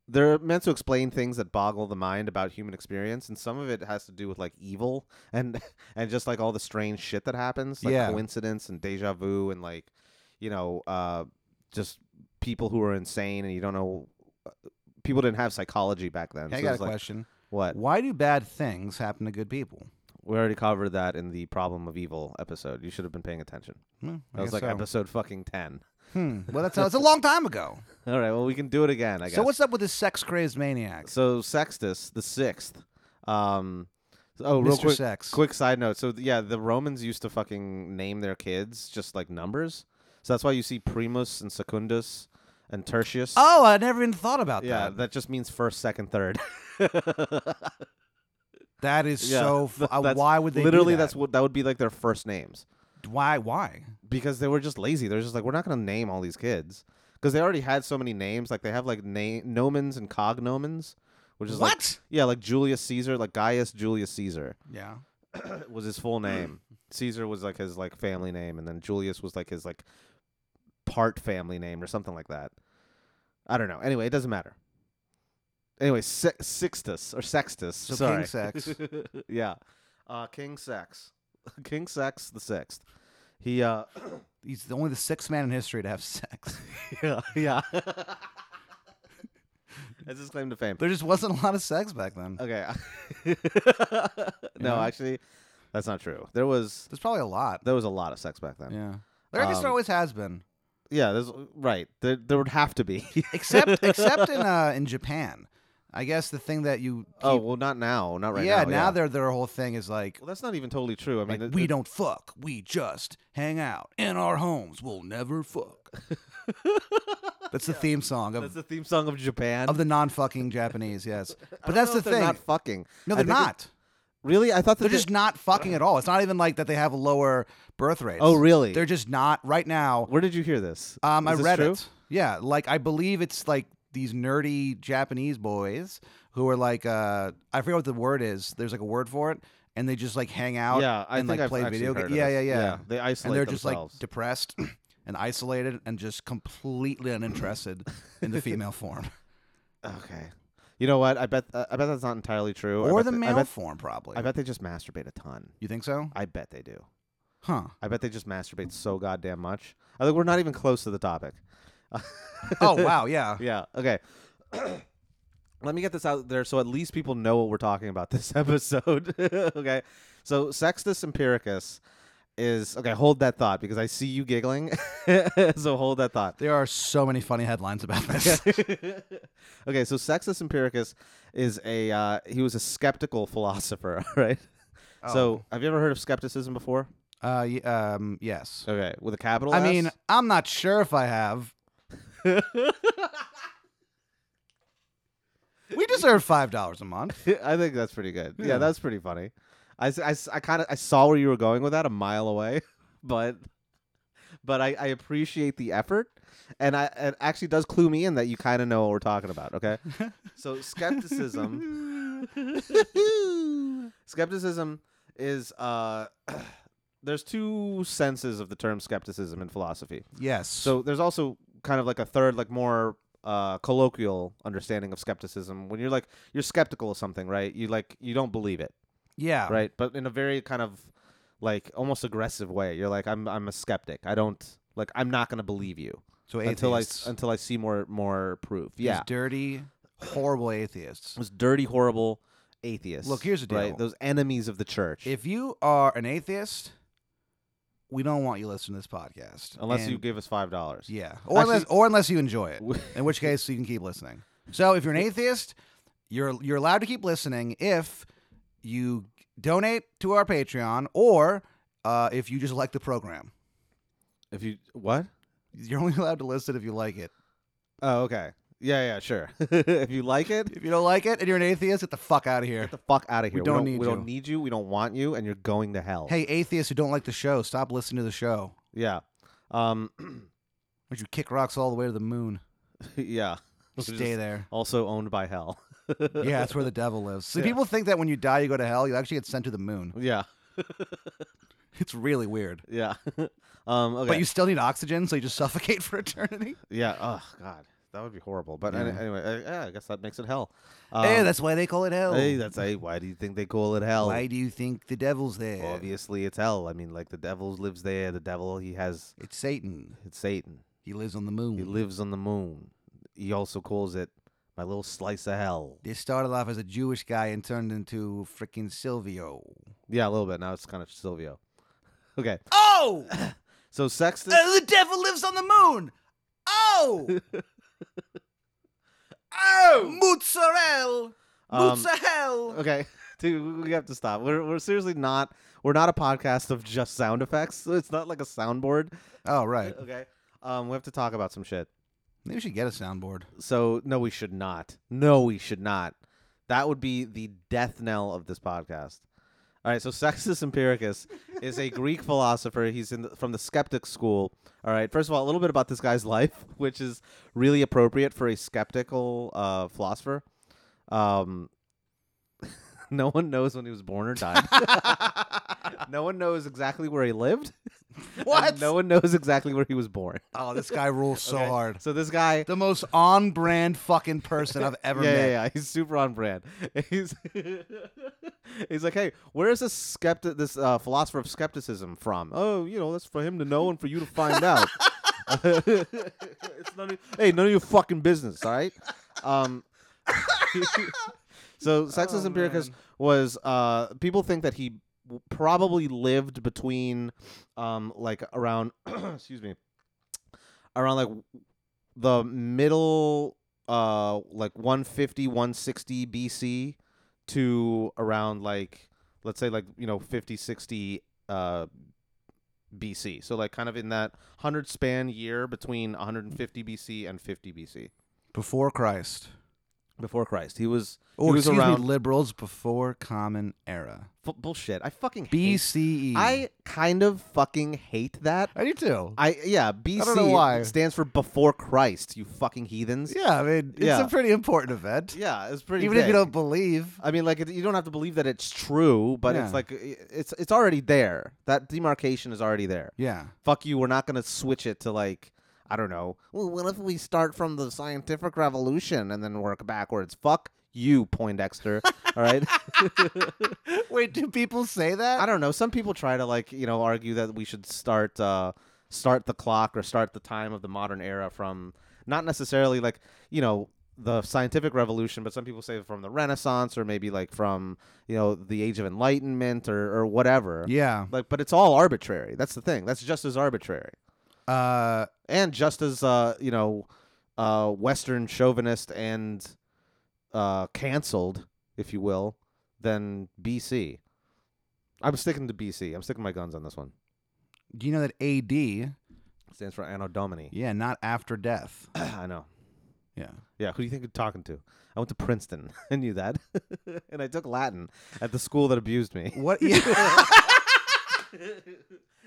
B: they're meant to explain things that boggle the mind about human experience, and some of it has to do with like evil [laughs] and and just like all the strange shit that happens, like
C: Yeah.
B: coincidence and deja vu, and like, you know, uh, just people who are insane and you don't know. uh, People didn't have psychology back then.
C: Hey, I
B: so
C: got a
B: it's like,
C: question.
B: What?
C: Why do bad things happen to good people?
B: We already covered that in the problem of evil episode. You should have been paying attention.
C: Hmm, I
B: That was
C: guess
B: like
C: so.
B: episode fucking ten.
C: Hmm. [laughs] Well, that's it's a long time ago.
B: All right. Well, we can do it again. I guess.
C: So what's up with this sex crazed maniac,
B: so Sextus the sixth? Um, oh, real
C: Mr.
B: quick.
C: Sex?
B: Quick side note. So th- yeah, the Romans used to fucking name their kids just like numbers. So that's why you see Primus and Secundus and Tertius.
C: Oh, I never even thought about
B: yeah,
C: that.
B: that just means first, second, third.
C: That is
B: Yeah,
C: so. F-
B: th-
C: uh,
B: that's-
C: why would they do
B: Literally,
C: that?
B: that's what that would be like their first names
C: why? Why?
B: because they were just lazy. They're just like, we're not gonna name all these kids because they already had so many names. Like they have like na- nomens and cognomens, which is like
C: What?
B: Yeah, like Julius Caesar, like Gaius Julius Caesar
C: yeah.
B: [clears throat] was his full
C: [clears throat]
B: name. Caesar was like his like family name, and then Julius was like his like part family name or something like that. I don't know. Anyway, it doesn't matter. Anyway, Se- Sixtus or Sextus.
C: So
B: sorry.
C: King [laughs] Sex.
B: [laughs] yeah, uh, King Sex, [laughs] King Sex the sixth. He uh, [laughs]
C: He's the only the sixth man in history to have [laughs] sex.
B: yeah, yeah. [laughs] That's his claim to fame.
C: There just wasn't a lot of sex back then. [laughs]
B: Okay. [laughs] no,
C: know?
B: actually, that's not true. There was
C: There's probably a lot.
B: there was a lot of sex back then. Yeah,
C: Yeah. There, I guess there
B: Um,
C: always has been,
B: there's right. There, there would have to be. [laughs]
C: except except in uh, in Japan. I guess the thing that you keep,
B: oh well, not now, not right
C: yeah
B: now.
C: now their their whole thing is like
B: well, that's not even totally true. I mean,
C: like
B: it-
C: we
B: it-
C: don't fuck we just hang out in our homes we'll
B: [laughs]
C: never fuck. that's the theme song
B: That's
C: of
B: the theme song of Japan.
C: of the non fucking Japanese
B: [laughs]
C: yes
B: I
C: but
B: don't know
C: that's the
B: if
C: thing
B: They're not fucking.
C: no
B: I
C: they're
B: think it-
C: not
B: Really? I thought that
C: They're just not fucking at all. It's not even like that they have lower birth rates.
B: Oh, really?
C: They're just not right now.
B: Where did you hear this?
C: Um, I
B: Is this
C: read
B: true?
C: it. Yeah, like I believe it's like these nerdy Japanese boys who are like, uh, I forget what the word is. There's like a word for it, and they just like hang out.
B: Yeah, I
C: and
B: think
C: like
B: I've
C: play
B: actually
C: video
B: heard
C: games.
B: of
C: Yeah, yeah,
B: this.
C: yeah,
B: Yeah, they
C: And they're
B: isolate
C: just like
B: themselves.
C: depressed [clears throat] and isolated and just
B: [laughs]
C: completely uninterested in the female form
B: Okay. You know what? I bet uh, I bet that's not entirely true. I
C: or
B: bet
C: the
B: th-
C: male
B: I bet,
C: form, probably.
B: I bet they just masturbate a ton.
C: you
B: [laughs]
C: think so?
B: I bet they do.
C: Huh?
B: I bet they just masturbate so goddamn much. I think we're not even close to the topic.
C: Oh wow, yeah.
B: Yeah. Okay. [clears throat] Let me get this out there so at least people know what we're talking about this [laughs] episode. okay. So Sextus Empiricus is okay, hold that thought because I see you giggling. [laughs] so hold that thought.
C: There are so many funny
B: [laughs]
C: headlines about this.
B: okay, so Sextus Empiricus is a uh, he was a skeptical philosopher, [laughs] right?
C: Oh.
B: So, have you ever heard of skepticism before?
C: Uh, y- um, yes.
B: Okay, with a capital
C: I
B: S?
C: mean, I'm not sure if I have.
B: [laughs]
C: we deserve five dollars a month.
B: [laughs] I think that's pretty good. Yeah,
C: Yeah.
B: that's pretty funny. I, kind of I saw where you were going with that a mile away, [laughs] but but I, I appreciate the effort, and I it actually does clue me in that you kind of know what we're talking about. Okay, so [laughs]
C: [laughs]
B: skepticism, skepticism is uh, [clears throat] there's two senses of the term skepticism in philosophy.
C: Yes.
B: So there's also kind of like a third, like more uh, colloquial understanding of skepticism. When you're like you're skeptical of something, right? You like you don't believe it,
C: yeah.
B: right? But in a very kind of like almost aggressive way. You're like I'm I'm a skeptic. I don't like I'm not gonna believe you
C: So
B: until I
C: atheists.
B: s- until I see more more proof. Yeah,
C: These dirty, horrible atheists.
B: those dirty, horrible atheists.
C: Look, here's the
B: right?
C: deal.
B: Those enemies of the church.
C: If you are an atheist, we don't want you listening to this podcast.
B: unless you
C: And-
B: give us five dollars.
C: Yeah.
B: Actually-
C: Or unless or unless you enjoy
B: [laughs]
C: it.
B: W-
C: In which case you can keep listening. So if you're an atheist, you're you're allowed to keep listening if you donate to our Patreon or uh, if you just like the program.
B: If you what?
C: You're only [laughs] allowed to listen if you like it.
B: Oh, okay. Yeah, yeah, sure. [laughs] if you like it,
C: [laughs] If you don't like it and you're an atheist, get the fuck out of here.
B: the fuck out of here.
C: don't need
B: we
C: you.
B: don't need you. We don't want you, and you're going to hell.
C: Hey, atheists who don't like the show, stop listening to the show.
B: Yeah. Um. [clears throat]
C: Would you kick rocks all the way to the moon?
B: yeah. Which is [laughs]
C: Stay there.
B: Also owned by hell. [laughs]
C: Yeah, that's where the devil lives. See,
B: Yeah.
C: people think that when you die, you go to hell. You actually get sent to the moon.
B: Yeah.
C: It's really weird.
B: Yeah. [laughs] um. Okay.
C: But you still need oxygen, so you just [laughs] suffocate for eternity.
B: yeah. Oh God. That would be horrible. But any-
C: Yeah.
B: anyway, uh, yeah, I guess that makes it hell. Um,
C: hey, that's why they call it hell.
B: hey, that's hey. Why do you think they call it hell?
C: Why do you think the devil's there?
B: Obviously, it's hell. I mean, like the devil lives there. The devil, he has
C: It's Satan.
B: it's Satan.
C: He lives on the moon.
B: He lives on the moon. He also calls it my little slice of hell.
C: they started off as a Jewish guy and turned into freaking Silvio.
B: Yeah, a little bit. Now it's kind of Silvio. [laughs] Okay.
C: [laughs] Oh,
B: So Sextus.
C: the devil lives on the moon.
B: [laughs]
C: Oh, oh, mozzarella,
B: Um,
C: mozzarella.
B: Okay, [laughs] dude, we have to stop. We're, we're seriously not. We're not a podcast of just sound effects. So it's not like a soundboard.
C: Oh, right.
B: Okay. Um, we have to talk about some shit.
C: Maybe we should get a soundboard.
B: So no, we should not. No, we should not. That would be the death knell of this podcast. All right. So Sextus
C: [laughs]
B: Empiricus is a Greek philosopher. He's in the, from the skeptic school. All right. First of all, a little bit about this guy's [laughs] life, which is really appropriate for a skeptical uh, philosopher. Um, [laughs] no one knows when he was born or
C: [laughs]
B: died. no one knows exactly where he lived. [laughs] and No one knows exactly where he was born.
C: Oh, this guy rules so
B: Okay,
C: hard.
B: So this guy
C: The most on-brand fucking person I've ever
B: yeah,
C: met.
B: Yeah, [laughs] yeah, he's super on brand. He's [laughs] he's like, hey, where is this skeptic, this uh, philosopher of skepticism from? Oh, you know, that's for him to know and for you to find
C: [laughs]
B: out. it's none of, hey, none of your fucking business, all right? Um, [laughs] so, Sextus
C: [laughs] Oh,
B: Empiricus
C: man.
B: was uh, people think that he w- probably lived between, um, like around, [clears throat] excuse me, around like the middle uh like 150 160 bc to around like let's say like you know 50 60 uh bc so like kind of in that 100 span year between 150 bc and 50 bc
C: Before Christ.
B: before Christ. He was he
C: Or
B: was
C: excuse
B: around
C: me, liberals before Common Era.
B: F- bullshit. I fucking hate.
C: BCE.
B: I kind of fucking hate that.
C: I do too.
B: I yeah, BC
C: don't know why.
B: stands for before Christ, you fucking heathens.
C: yeah, I mean, it's
B: Yeah.
C: a pretty important event.
B: Yeah, it's pretty
C: Even if you
B: big.
C: don't believe.
B: I mean, like it, you don't have to believe that it's true, but
C: Yeah.
B: it's like i- it's it's already there. That demarcation is already there. [laughs]
C: Yeah.
B: Fuck you. We're not gonna switch it to like I don't know. Well, what if we start from the scientific revolution and then work backwards? Fuck you, Poindexter. All right.
C: Wait, do people say that?
B: I don't know. Some people try to like you know argue that we should start uh, start the clock or start the time of the modern era from not necessarily like you know the scientific revolution, but some people say from the Renaissance or maybe like from you know the Age of Enlightenment or or whatever.
C: Yeah.
B: Like, but it's all arbitrary. That's the thing. That's just as arbitrary
C: Uh,
B: and just as uh, you know uh, Western chauvinist and uh, canceled, if you will, than BC. I'm sticking to BC. I'm sticking my guns on this one.
C: do you know that AD,
B: stands for Anno Domini.
C: yeah, not after death.
B: [clears throat] I know.
C: Yeah.
B: Yeah, who do you think you're talking to? I went to Princeton. [laughs] I knew that, and I took Latin at the school that abused me. [laughs]
C: What? [laughs] Yeah.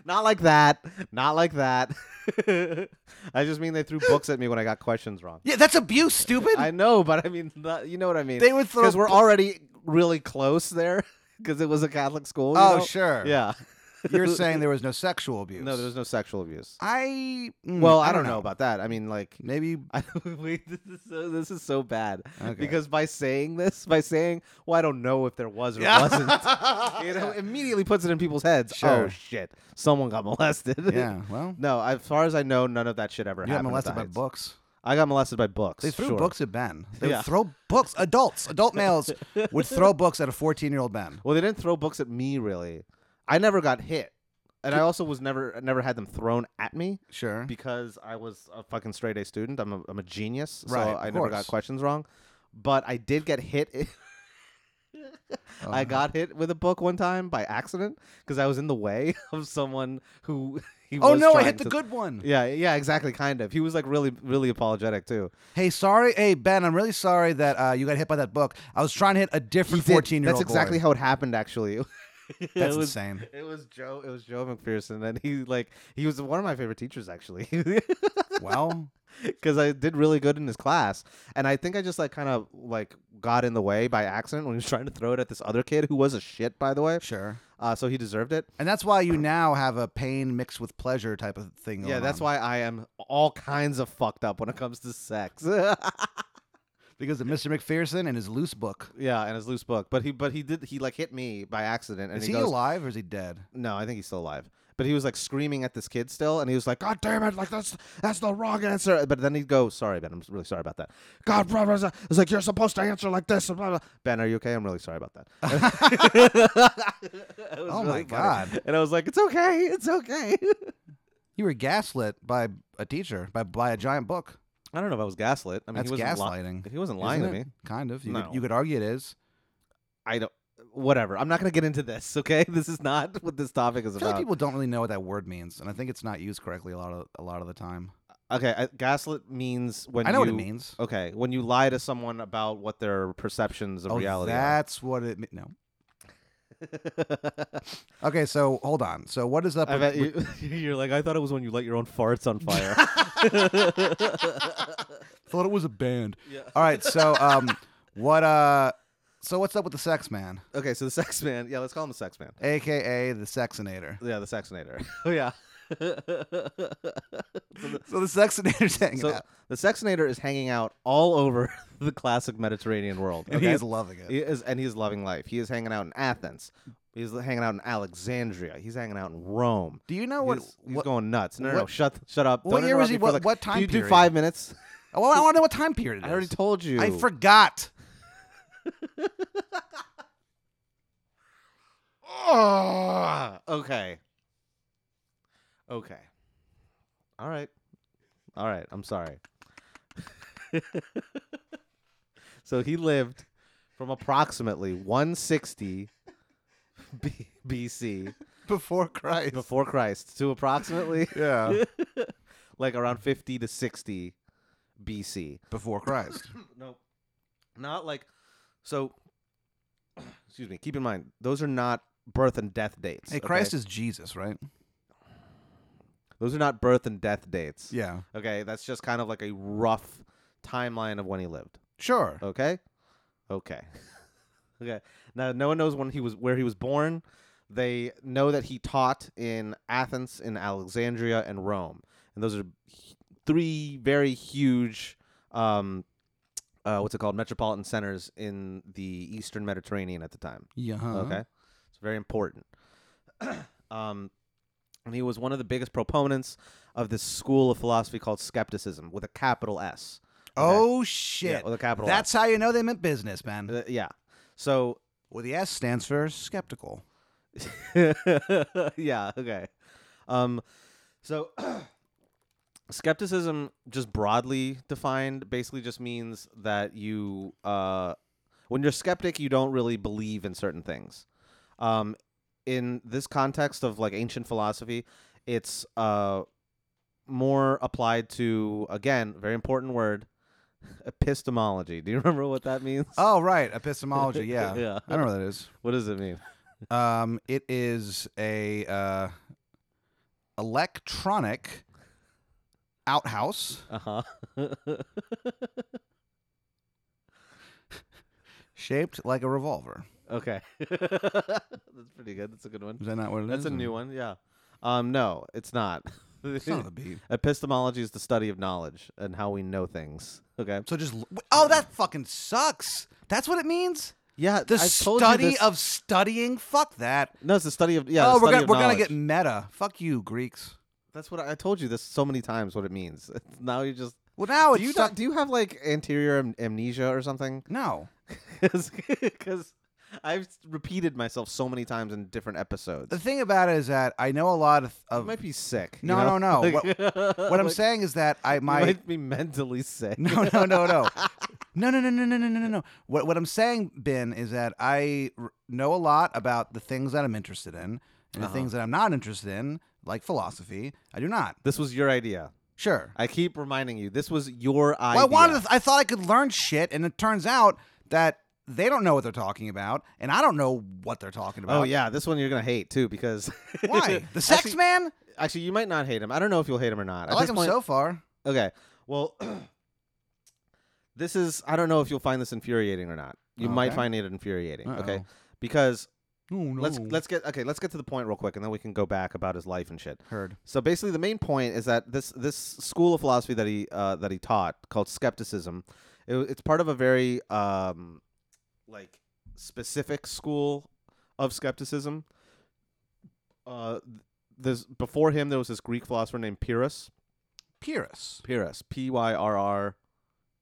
B: Not like that. Not like that. [laughs] I just mean they threw books at me when I got questions [laughs] wrong.
C: yeah, that's abuse, stupid.
B: I know, but I mean, not, you know what I mean.
C: they would throw.
B: because we're already really close there [laughs] because it was a Catholic school. you
C: oh,
B: know?
C: sure.
B: Yeah. [laughs]
C: You're saying there was no sexual abuse.
B: no, there was no sexual abuse.
C: I. mm,
B: well, I, don't know. about that. I mean, like, [laughs]
C: Maybe.
B: I, [laughs] wait, this is so this is so bad
C: Okay.
B: because by saying this, by saying, well, I don't know if there was or
C: Yeah.
B: wasn't,
C: [laughs]
B: it immediately puts it in people's heads.
C: Sure.
B: Oh shit, someone got molested.
C: Yeah. Well,
B: [laughs] No, as far as I know, none of that shit ever
C: you got
B: happened. at
C: molested
B: the
C: by
B: Heights.
C: books.
B: I got molested by books.
C: They threw
B: sure.
C: books at Ben.
B: [laughs]
C: They
B: Yeah.
C: would throw books. Adults,
B: [laughs]
C: adult males would throw books at a 14 year old Ben.
B: Well, they didn't throw books at me really. I never got hit, and I also was never never had them thrown at me
C: Sure.
B: because I was a fucking straight A student. I'm a, I'm a genius, so
C: Right, of
B: I never
C: course.
B: got questions wrong. But I did get hit. [laughs]
C: Oh. Uh-huh.
B: I got hit with a book one time by accident because I was in the way [laughs] of someone who [laughs] he.
C: Oh
B: was
C: no! I
B: trying
C: hit the
B: to-
C: good one.
B: Yeah, yeah, exactly. Kind of. He was like really, really apologetic too.
C: Hey, sorry. Hey, Ben, I'm really sorry that uh, you got hit by that book. I was trying to hit a different 14 year old.
B: That's exactly how it happened. Actually, [laughs]
C: That's
B: it was
C: insane.
B: [laughs] It was Joe. It was Joe McPherson, and he like he was one of my favorite teachers actually, [laughs]
C: Well,
B: because I did really good in his class, and I think I just like kind of like got in the way by accident when he was [laughs] trying to throw it at this other kid who was a shit, by the way.
C: sure.
B: Uh, so he deserved it.
C: And that's why you now have a pain mixed with pleasure type of thing.
B: yeah,
C: going
B: that's
C: on.
B: why I am all kinds of fucked up when it comes to sex. [laughs]
C: Because of Mr. McPherson and his loose book.
B: yeah, and his loose book, but he but he did he like hit me by accident, and
C: Is
B: he
C: he
B: goes,
C: alive or is he dead?
B: No, I think he's still alive. But he was like screaming at this kid still, and he was like, "God damn it! Like that's that's the wrong answer." But then he'd go, "Sorry, Ben. I'm really sorry about that." God, blah blah. blah. It's like you're supposed to answer like this. Blah, blah. Ben, are you okay? I'm really sorry about that.
C: [laughs]
B: It was
C: Oh, my
B: really funny.
C: God.
B: And I was like, "It's okay. It's okay." [laughs]
C: You were gaslit by a teacher, by, by a giant book.
B: I don't know if I was gaslit. I mean,
C: That's
B: he wasn't li-
C: gaslighting.
B: he wasn't lying to
C: isn't
B: me.
C: it? Kind of. You,
B: No.
C: could, you could argue it is.
B: I don't. Whatever. I'm not gonna get into this. Okay, [laughs] this is not what this topic is
C: I feel like
B: about.
C: people don't really know what that word means, and I think it's not used correctly a lot of a lot of the time.
B: okay, I, gaslit means when
C: I know
B: you,
C: what it means.
B: Okay, when you lie to someone about what their perceptions of
C: oh,
B: reality are.
C: that's what it. me-
B: [laughs]
C: No. Okay, so hold on. So what is up?
B: I
C: with-
B: bet
C: with- [laughs]
B: you, [laughs] you're like, I thought it was when you light your own farts on fire.
C: Thought it was a band.
B: Yeah.
C: All right. So um, [laughs] what uh, so what's up with the sex man,
B: okay, so the sex man. Yeah, let's call him the sex man.
C: aka the sexinator?
B: Yeah, the sexinator. [laughs] oh yeah.
C: So the sexinator's [laughs] hanging
B: So
C: out,
B: the sexinator is hanging out all over [laughs] the classic Mediterranean world.
C: and
B: okay?
C: he is loving it.
B: He is, and he's loving life. He is hanging out in Athens. He's hanging out in Alexandria. He's hanging out in Rome.
C: Do you know what?
B: he's, he's
C: what
B: going nuts. No, no, no,
C: what-
B: shut, shut up.
C: what
B: Don't
C: year
B: interrupt
C: was he?
B: me for
C: What-
B: the-
C: what time
B: Can you
C: period?
B: do five minutes?
C: oh, I want to know what time period it is.
B: I already told you.
C: I forgot. [laughs]
B: Ugh, okay. Okay. All right. All right. I'm sorry. [laughs] so he lived from approximately 160 B- BC
C: Before
B: [laughs]
C: Christ.
B: before Christ to approximately [laughs]
C: [laughs] yeah.
B: like around 50 to 60 BC.
C: Before Christ.
B: Nope. Not like so [clears throat] excuse me, keep in mind, those are not birth and death dates.
C: Hey,
B: okay?
C: Christ is Jesus, right?
B: those are not birth and death dates.
C: Yeah.
B: Okay, that's just kind of like a rough timeline of when he lived.
C: Sure.
B: Okay? Okay. [laughs] okay. Now no one knows when he was where he was born. They know that he taught in Athens, in Alexandria, and Rome. And those are h- three very huge um uh, what's it called? Metropolitan centers in the Eastern Mediterranean at the time.
C: Yeah. huh.
B: Okay. It's very important. [clears throat] um, and he was one of the biggest proponents of this school of philosophy called skepticism with a capital S.
C: Oh shit.
B: Yeah, with a capital
C: That's how you know they meant business, man.
B: S. Uh, yeah. So,
C: Well, the S stands for skeptical.
B: [laughs] yeah, okay. Um, so, [clears throat] skepticism, just broadly defined, basically just means that you, uh, when you're skeptic, you don't really believe in certain things. um, in this context of like ancient philosophy, it's uh, more applied to again very important word, [laughs] epistemology. Do you remember what that means?
C: Oh,
B: [laughs]
C: right, epistemology. Yeah,
B: Yeah.
C: I don't know what that is.
B: What does it mean?
C: Um, it is a uh, electronic outhouse.
B: Uh huh. Uh-huh. [laughs]
C: shaped like a revolver.
B: okay, [laughs] that's pretty good. That's a good one.
C: Is that not what it is?
B: That's a new one. Yeah. Um. No, it's not.
C: Son of a beat.
B: [laughs] Epistemology is the study of knowledge and how we know things. Okay.
C: So just l- oh, that fucking sucks. That's what it means.
B: Yeah.
C: The
B: I've told you
C: study
B: this-
C: of studying. Fuck that.
B: no, it's the study of yeah. the
C: oh, we're
B: study
C: gonna
B: of
C: we're gonna
B: knowledge.
C: get meta. Fuck you, Greeks.
B: That's what I, I told you. This so many times. What it means. [laughs] now you just.
C: Well, now
B: do
C: Oh, it's
B: you
C: stuck-
B: not, do you have like anterior am- amnesia or something? [laughs]
C: no.
B: Because I've s- repeated myself so many times in different episodes.
C: The thing about it is that I know a lot of.
B: I
C: of
B: might be sick. [laughs]
C: No, no, no.
B: what [laughs]
C: what I'm saying is that I
B: might,
C: my
B: [laughs]
C: [laughs]
B: be mentally sick.
C: No, no, no, no. No, no, no, no, no, no, no, no, no. What, what I'm saying, Ben, is that I r- know a lot about the things that I'm interested in and the
B: Uh-huh.
C: things that I'm not interested in, like philosophy. I do not.
B: This was your idea.
C: Sure.
B: I keep reminding you. This was your idea.
C: Well, I wanted. To th- I thought I could learn shit, and it turns out that they don't know what they're talking about, and I don't know what they're talking about.
B: Oh yeah, [laughs] this one you're gonna hate too because
C: [laughs]
B: [laughs]
C: Why? The sex
B: actually,
C: man?
B: Actually, you might not hate him. I don't know if you'll hate him or not.
C: I
B: At
C: like
B: this
C: him
B: point,
C: so far.
B: [clears throat] Okay. Well, [clears throat] this is I don't know if you'll find this infuriating or not. You might
C: Okay.
B: find it infuriating, okay?
C: Uh-oh.
B: Because
C: No, no.
B: let's let's get okay, let's get to the point real quick and then we can go back about his life and shit.
C: heard.
B: So basically the main point is that this this school of philosophy that he uh, that he taught called skepticism, it, w- it's part of a very um like specific school of skepticism. Uh th- there's before him there was this Greek philosopher named Pyrrhus
C: Pyrrhus.
B: Pyrrhus, P Y R R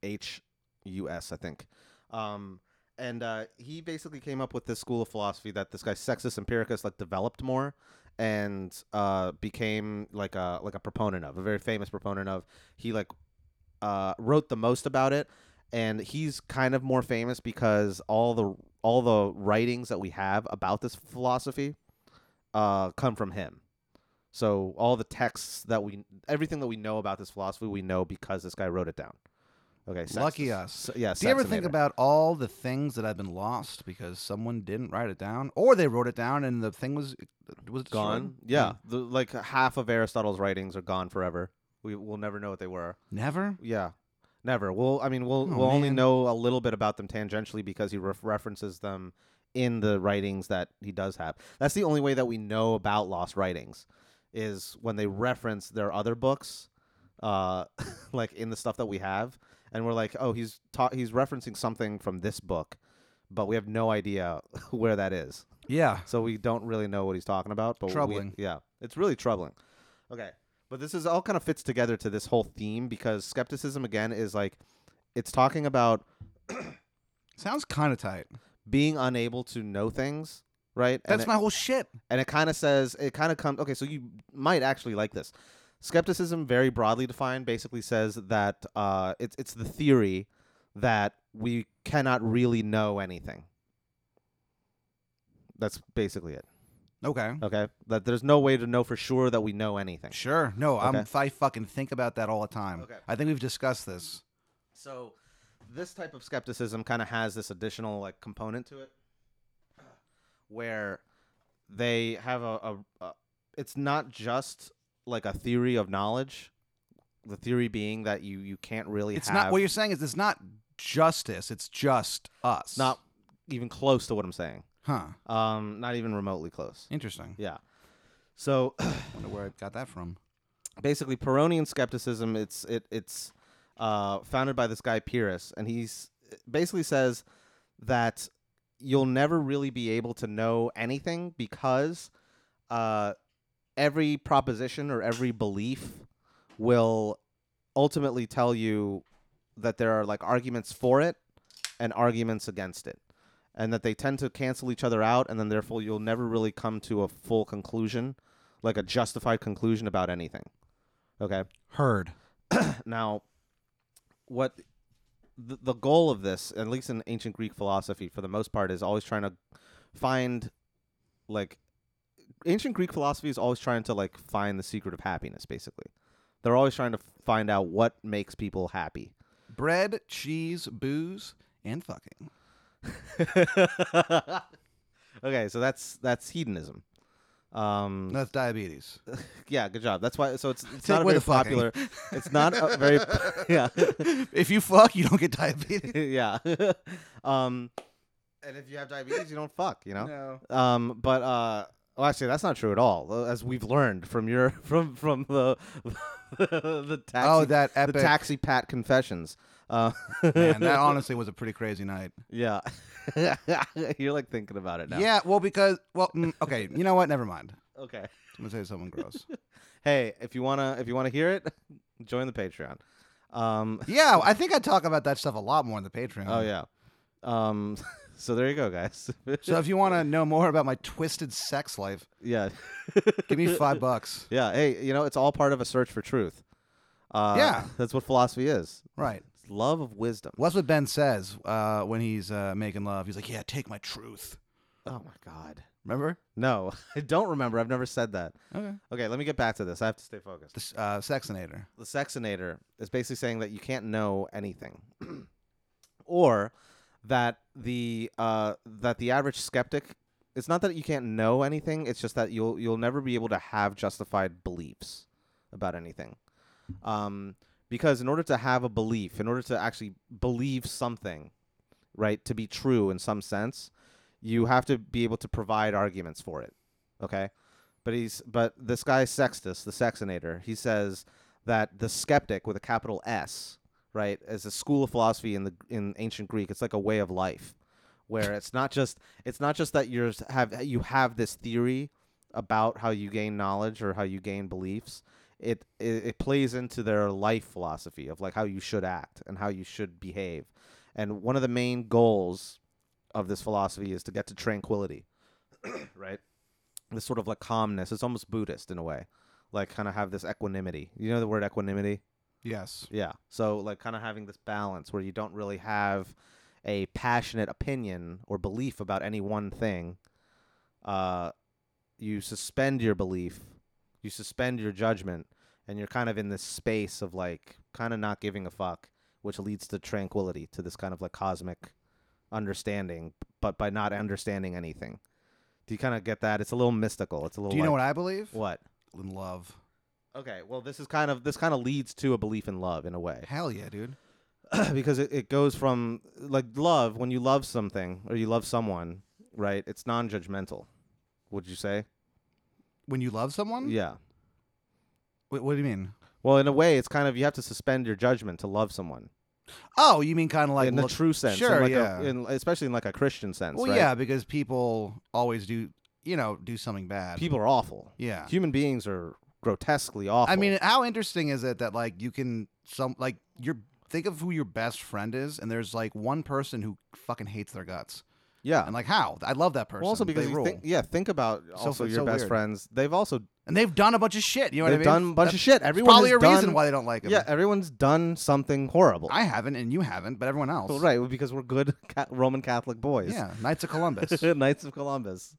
B: H U S, I think. Um, and uh, he basically came up with this school of philosophy that this guy Sextus Empiricus like developed more and uh, became like a like a proponent of a very famous proponent of. He like uh, wrote the most about it, and he's kind of more famous because all the all the writings that we have about this philosophy uh, come from him. So all the texts that we, everything that we know about this philosophy, we know because this guy wrote it down. Okay, Sextus.
C: Lucky us.
B: S- yeah.
C: Do you ever think
B: Saxonator.
C: about all the things that have been lost because someone didn't write it down, or they wrote it down and the thing was was destroyed?
B: gone? Yeah, The, like half of Aristotle's writings are gone forever. We will never know what they were.
C: never.
B: Yeah, never. We'll. I mean, we'll
C: Oh,
B: we'll only
C: man.
B: know a little bit about them tangentially because he ref references them in the writings that he does have. That's the only way that we know about lost writings is when they reference their other books, uh, [laughs] like in the stuff that we have, and we're like, oh, he's ta- he's referencing something from this book, but we have no idea [laughs] where that is
C: Yeah,
B: so we don't really know what he's talking about. But we-
C: Troubling.
B: yeah, it's really troubling. Okay, but this is all kind of fits together to this whole theme because skepticism again is like it's talking about
C: sounds kind of tight.
B: being unable to know things, right?
C: That's
B: and
C: my whole shit.
B: it, and it kind of says it kind of comes. Okay, so you might actually like this. Skepticism, very broadly defined, basically says that uh, it's it's the theory that we cannot really know anything. That's basically it.
C: Okay,
B: Okay, that there's no way to know for sure that we know anything.
C: sure. No, I'm.
B: Okay.
C: I fucking think about that all the time.
B: Okay.
C: I think we've discussed this.
B: So, this type of skepticism kind of has this additional like component to it where they have a, a, a it's not just like a theory of knowledge the theory being that you you can't really
C: It's
B: have
C: not what you're saying is it's not justice. It's just us.
B: not even close to what i'm saying
C: huh?
B: um not even remotely close
C: Interesting.
B: yeah so
C: Wonder where I got that from.
B: basically Peronian skepticism. It's it it's uh, founded by this guy Pyrrhus, and he's basically says that you'll never really be able to know anything because uh, every proposition or every belief will ultimately tell you that there are like arguments for it and arguments against it and that they tend to cancel each other out and then therefore you'll never really come to a full conclusion like a justified conclusion about anything okay
C: Heard.
B: [clears throat] now what the, the goal of this at least in ancient greek philosophy for the most part is always trying to find like ancient greek philosophy is always trying to like find the secret of happiness basically they're always trying to find out what makes people
C: [laughs]
B: happy
C: Bread, cheese, booze, and
B: [laughs]
C: fucking.
B: okay so that's that's hedonism um
C: That's diabetes. [laughs]
B: yeah good job that's why so it's it's
C: Take
B: not a
C: away
B: very
C: the fucking.
B: popular it's not a
C: [laughs]
B: very [laughs] yeah
C: if you fuck, you don't
B: [laughs]
C: get diabetes.
B: yeah. um, and if you have diabetes, you don't fuck. You know.
C: No.
B: Um, but uh, well, actually, that's not true at all, uh, as we've learned from your [laughs] from from the [laughs] the taxi
C: Oh, that
B: the
C: epic.
B: taxi pat confessions. Uh,
C: Man, that honestly was a pretty crazy night.
B: [laughs] yeah. [laughs] You're like thinking about it now.
C: Yeah, well, because well, mm, okay, you know what? Never mind.
B: Okay.
C: I'm gonna say something gross.
B: Hey, if you wanna if you wanna hear it, [laughs] join the Patreon. Um,
C: yeah, I think I talk about that stuff a lot more on the Patreon.
B: oh yeah. Um, [laughs] so there you go, guys. [laughs]
C: So if you want to know more about my twisted sex life,
B: yeah.
C: give me
B: [laughs]
C: five bucks.
B: Yeah, hey, you know, it's all part of a search for truth. Uh,
C: Yeah.
B: [laughs] that's what philosophy is.
C: Right.
B: It's love of wisdom.
C: Well, that's what Ben says uh, when he's uh, making love. He's like, "Yeah, take my truth."
B: Oh my god.
C: Remember?
B: No, [laughs] I don't remember. I've never said that.
C: Okay.
B: Okay, let me get back to this. I have to stay focused.
C: The s- uh, sexinator.
B: The sexinator is basically saying that you can't know anything, [clears throat] or that the uh, that the average skeptic. It's not that you can't know anything. It's just that you'll you'll never be able to have justified beliefs about anything. um, because in order to have a belief, in order to actually believe something, right, to be true in some sense, you have to be able to provide arguments for it. Okay, but he's but this guy Sextus, the Sexinator, he says that the skeptic with a capital S, right, is a school of philosophy in the in ancient Greek. It's like a way of life, where it's not just it's not just that you're s- have you have this theory about how you gain knowledge or how you gain beliefs it, it it plays into their life philosophy of like how you should act and how you should behave and one of the main goals of this philosophy is to get to tranquility [coughs] right this sort of like calmness it's almost buddhist in a way like kind of have this equanimity you know the word equanimity
C: Yes.
B: yeah. So like kind of having this balance where you don't really have a passionate opinion or belief about any one thing. Uh you suspend your belief, you suspend your judgment, and you're kind of in this space of like kind of not giving a fuck, which leads to tranquility, to this kind of like cosmic understanding, but by not understanding anything. Do you kind of get that? It's a little mystical. It's a little
C: Do you know what
B: like-
C: I believe?
B: what?
C: In love.
B: Okay, well this is kind of this kind of leads to a belief in love in a way. [clears throat]
C: Hell yeah, dude.
B: because it, it goes from like love when you love something or you love someone right it's non-judgmental would you say
C: When you love someone?
B: yeah
C: Wh- what do you mean?
B: well in a way it's kind of you have to suspend your judgment to love someone
C: Oh, you mean kind of like
B: in
C: look-
B: the true sense in
C: Sure,
B: like a-
C: yeah.
B: in- especially in like a christian sense
C: well,
B: right?
C: yeah, because people always do, you know, do something bad.
B: people are awful
C: yeah.
B: human beings are grotesquely awful
C: I mean, how interesting is it that like you can some like you're think of who your best friend is, and there's like one person who fucking hates their guts,
B: yeah
C: and like how I love that person.
B: well, also because
C: they
B: you
C: rule.
B: think, yeah, think about
C: So-
B: also
C: it's
B: your
C: so
B: best
C: weird.
B: friends. They've also
C: and they've done a bunch of shit. You know
B: they've
C: what I mean?
B: done a bunch of
C: That's
B: shit. Everyone
C: Probably
B: has
C: a reason
B: done-
C: why they don't like him.
B: yeah, uh, everyone's done something horrible.
C: I haven't, and you haven't, but everyone else.
B: Well, right, well, because we're good [laughs] ca- Roman Catholic boys.
C: Yeah, Knights
B: [laughs]
C: of Columbus.
B: Knights of Columbus.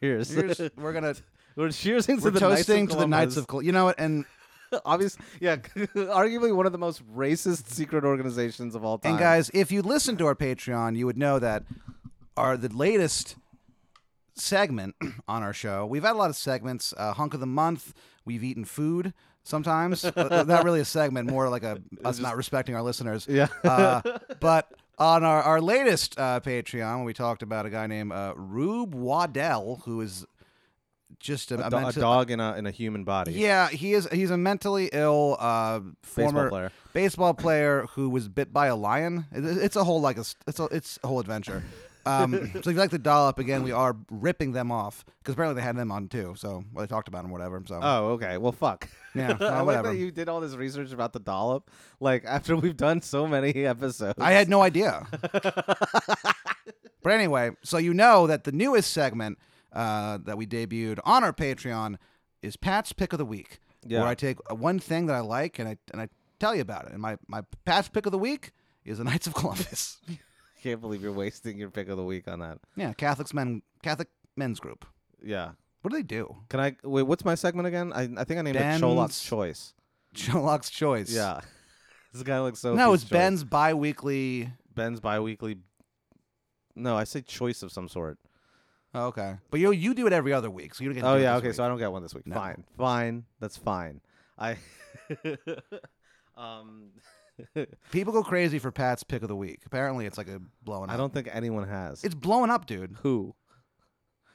B: Cheers.
C: Here's- we're gonna
B: [laughs] we're cheersing to
C: we're
B: the
C: toasting
B: Knights
C: to
B: of
C: the Knights of Col- You know what? And
B: [laughs] Obviously, yeah, arguably one of the most racist secret organizations of all time.
C: And guys, if you listen to our Patreon, you would know that our the latest segment [clears throat] on our show. We've had a lot of segments. Uh, Hunk of the month. We've eaten food sometimes. Uh, not really a segment, more
B: [laughs]
C: like a us not respecting our listeners. [laughs]
B: yeah,
C: Uh, but on our, our latest uh, Patreon, we talked about a guy named uh, Rube Waddell, who is just a,
B: a,
C: a
B: do- a
C: mental-
B: dog in a in a human body.
C: Yeah, he is. He's a mentally ill uh,
B: baseball
C: former
B: player.
C: baseball player who was bit by a lion. It- it's a whole like a, it's a it's a whole adventure.
B: [laughs]
C: Um, so if you like the dollop again, we are ripping them off because apparently they had them on too. So well, they talked about them, whatever. So
B: Oh, okay. Well, fuck. [laughs]
C: yeah, well,
B: I like
C: whatever.
B: that you did all this research about the dollop. Like after we've done so many [laughs] episodes.
C: I had no idea. but anyway, so you know that the newest segment uh, that we debuted on our Patreon is Pat's Pick of the Week,
B: Yeah.
C: where I take uh, one thing that I like and I and I tell you about it. And my my Pat's Pick of the Week is the [laughs] Knights of Columbus.
B: can't believe you're wasting your pick of the week on that.
C: yeah, Catholics men Catholic men's group.
B: Yeah.
C: What do they do? [laughs]
B: Can I wait? What's my segment again? I, I think I named
C: Ben's-
B: it Cholot's Choice.
C: Sherlock's Choice.
B: Yeah. [laughs] this guy looks so.
C: No, it's Ben's bi-weekly.
B: Ben's biweekly. No, I say choice of some sort.
C: Oh, okay, but you you do it every other week, so you don't get. To
B: Oh
C: do it
B: yeah,
C: this
B: okay.
C: week.
B: So I don't get one this week.
C: No.
B: Fine, fine. That's fine.
C: [laughs]
B: I. um,
C: people go crazy for Pat's Pick of the Week. Apparently, it's like a blowing.
B: I
C: up.
B: don't think anyone has.
C: It's blowing up, dude.
B: who?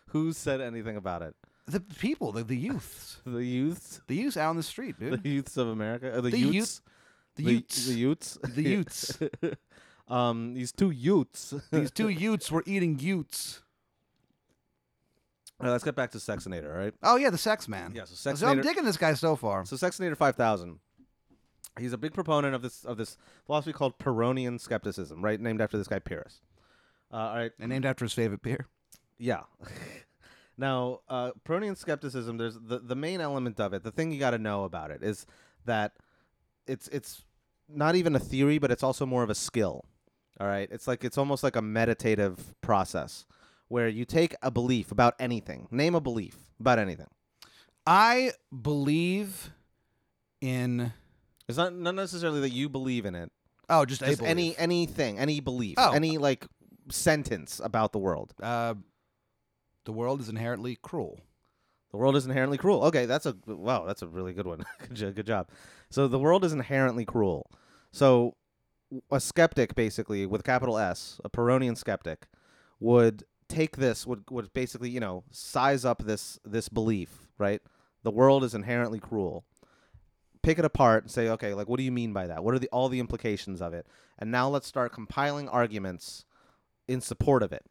B: Who said anything about it?
C: The people, the, the youths.
B: The youths,
C: The youths out on the street, dude.
B: the youths of America, or the,
C: The youth-
B: youths,
C: The,
B: the-
C: youths.
B: the youths,
C: The youths.
B: [laughs] um, these two youths.
C: These two youths were eating youths.
B: [laughs] All right, let's get back to Sexinator, all right?
C: Oh, yeah, the sex man.
B: Yeah, so
C: So I'm
B: Sexinator.
C: digging this guy so far.
B: So Sexinator 5000. He's a big proponent of this of this philosophy called Pyrrhonian skepticism, right? Named after this guy Pyrrhus. Uh, all right,
C: And named after his favorite beer.
B: yeah. [laughs] now, uh, Pyrrhonian skepticism. There's the the main element of it. The thing you got to know about it is that it's it's not even a theory, but it's also more of a skill. All right, it's like it's almost like a meditative process where you take a belief about anything. Name a belief about anything.
C: I believe in.
B: It's not not necessarily that you believe in it.
C: Oh, just, a
B: Just
C: belief.
B: any anything, any belief,
C: Oh.
B: any like sentence about the world.
C: Uh, the world is inherently
B: [laughs]
C: cruel.
B: The world is inherently cruel. Okay, that's a wow, that's a really good one. [laughs] good, jo- good job. So the world is inherently cruel. So a skeptic basically with capital S, a Peronian skeptic would take this would would basically, you know, size up this this belief, right? The world is inherently cruel. Pick it apart and say, okay, like what do you mean by that? What are the all the implications of it? And now let's start compiling arguments in support of it.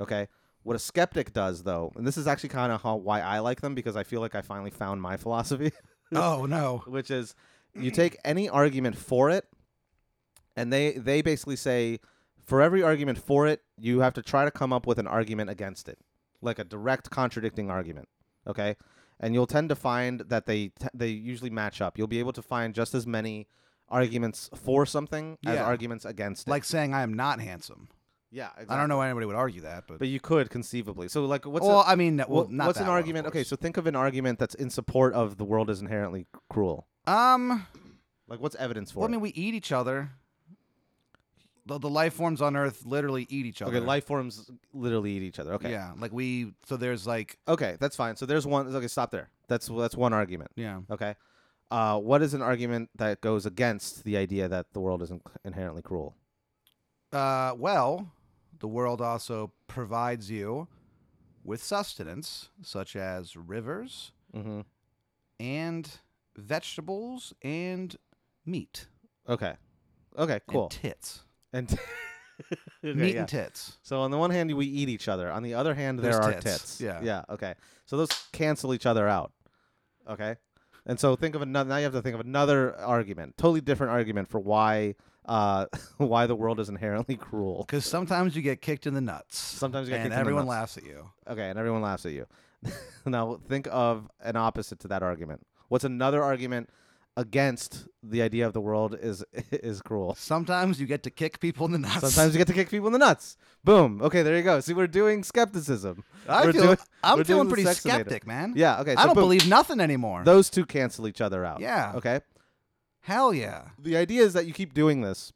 B: Okay? What a skeptic does, though, and this is actually kind of how why I like them because I feel like I finally found my [laughs] philosophy,
C: oh, no.
B: which is
C: [clears throat]
B: you take any argument for it, and they they basically say for every argument for it, you have to try to come up with an argument against it, like a direct contradicting argument. Okay, and you'll tend to find that they t- they usually match up. You'll be able to find just as many arguments for something as
C: Yeah.
B: arguments against it.
C: Like saying I am not handsome.
B: yeah,
C: I
B: exactly.
C: don't know why anybody would argue that, but.
B: but you could conceivably. So like, what's a-
C: well, I mean, well,
B: Wha-
C: not
B: what's
C: that
B: an
C: one, of
B: argument? okay,
C: course.
B: so think of an argument that's in support of the world is inherently c- cruel.
C: Um.
B: Like, what's evidence for
C: Well, I
B: it?
C: mean, we eat each other. The, the life forms on Earth literally eat each other.
B: okay, life forms literally eat each other. Okay,
C: Yeah, like we. So there's like
B: okay, that's fine. So there's one. Okay, stop there. That's that's one argument.
C: yeah.
B: Okay, uh, what is an argument that goes against the idea that the world is in- inherently cruel?
C: Uh, well, the world also provides you with sustenance, such as rivers
B: Mm-hmm.
C: and vegetables and meat
B: Okay, okay, cool.
C: and tits,
B: And, [laughs] t- Okay,
C: meat
B: yeah.
C: and tits.
B: So on the one hand, we eat each other. On the other hand, there
C: There's
B: are
C: tits.
B: tits.
C: Yeah.
B: Yeah. Okay. So those cancel each other out. Okay. And so think of another. Now you have to think of another argument, totally different argument for why uh, [laughs] why the world is inherently [laughs] cruel.
C: Because sometimes you get kicked in the nuts.
B: Sometimes you get
C: and
B: kicked in the
C: everyone
B: nuts.
C: laughs at you.
B: Okay, and everyone [laughs] laughs at you. now think of an opposite to that argument. What's another argument against the idea of the world is [laughs] is cruel.
C: Sometimes you get to kick people in the nuts.
B: Sometimes you get to kick people in the nuts. Boom. Okay, there you go. See, we're doing skepticism.
C: [laughs] I
B: We're
C: feel,
B: doing-
C: I'm
B: we're doing
C: feeling
B: the
C: pretty
B: sexinator.
C: skeptic, man.
B: Yeah. Okay. So
C: I don't
B: boom.
C: believe nothing anymore.
B: those two cancel each other out.
C: Yeah.
B: Okay.
C: Hell yeah.
B: The idea is that you keep doing this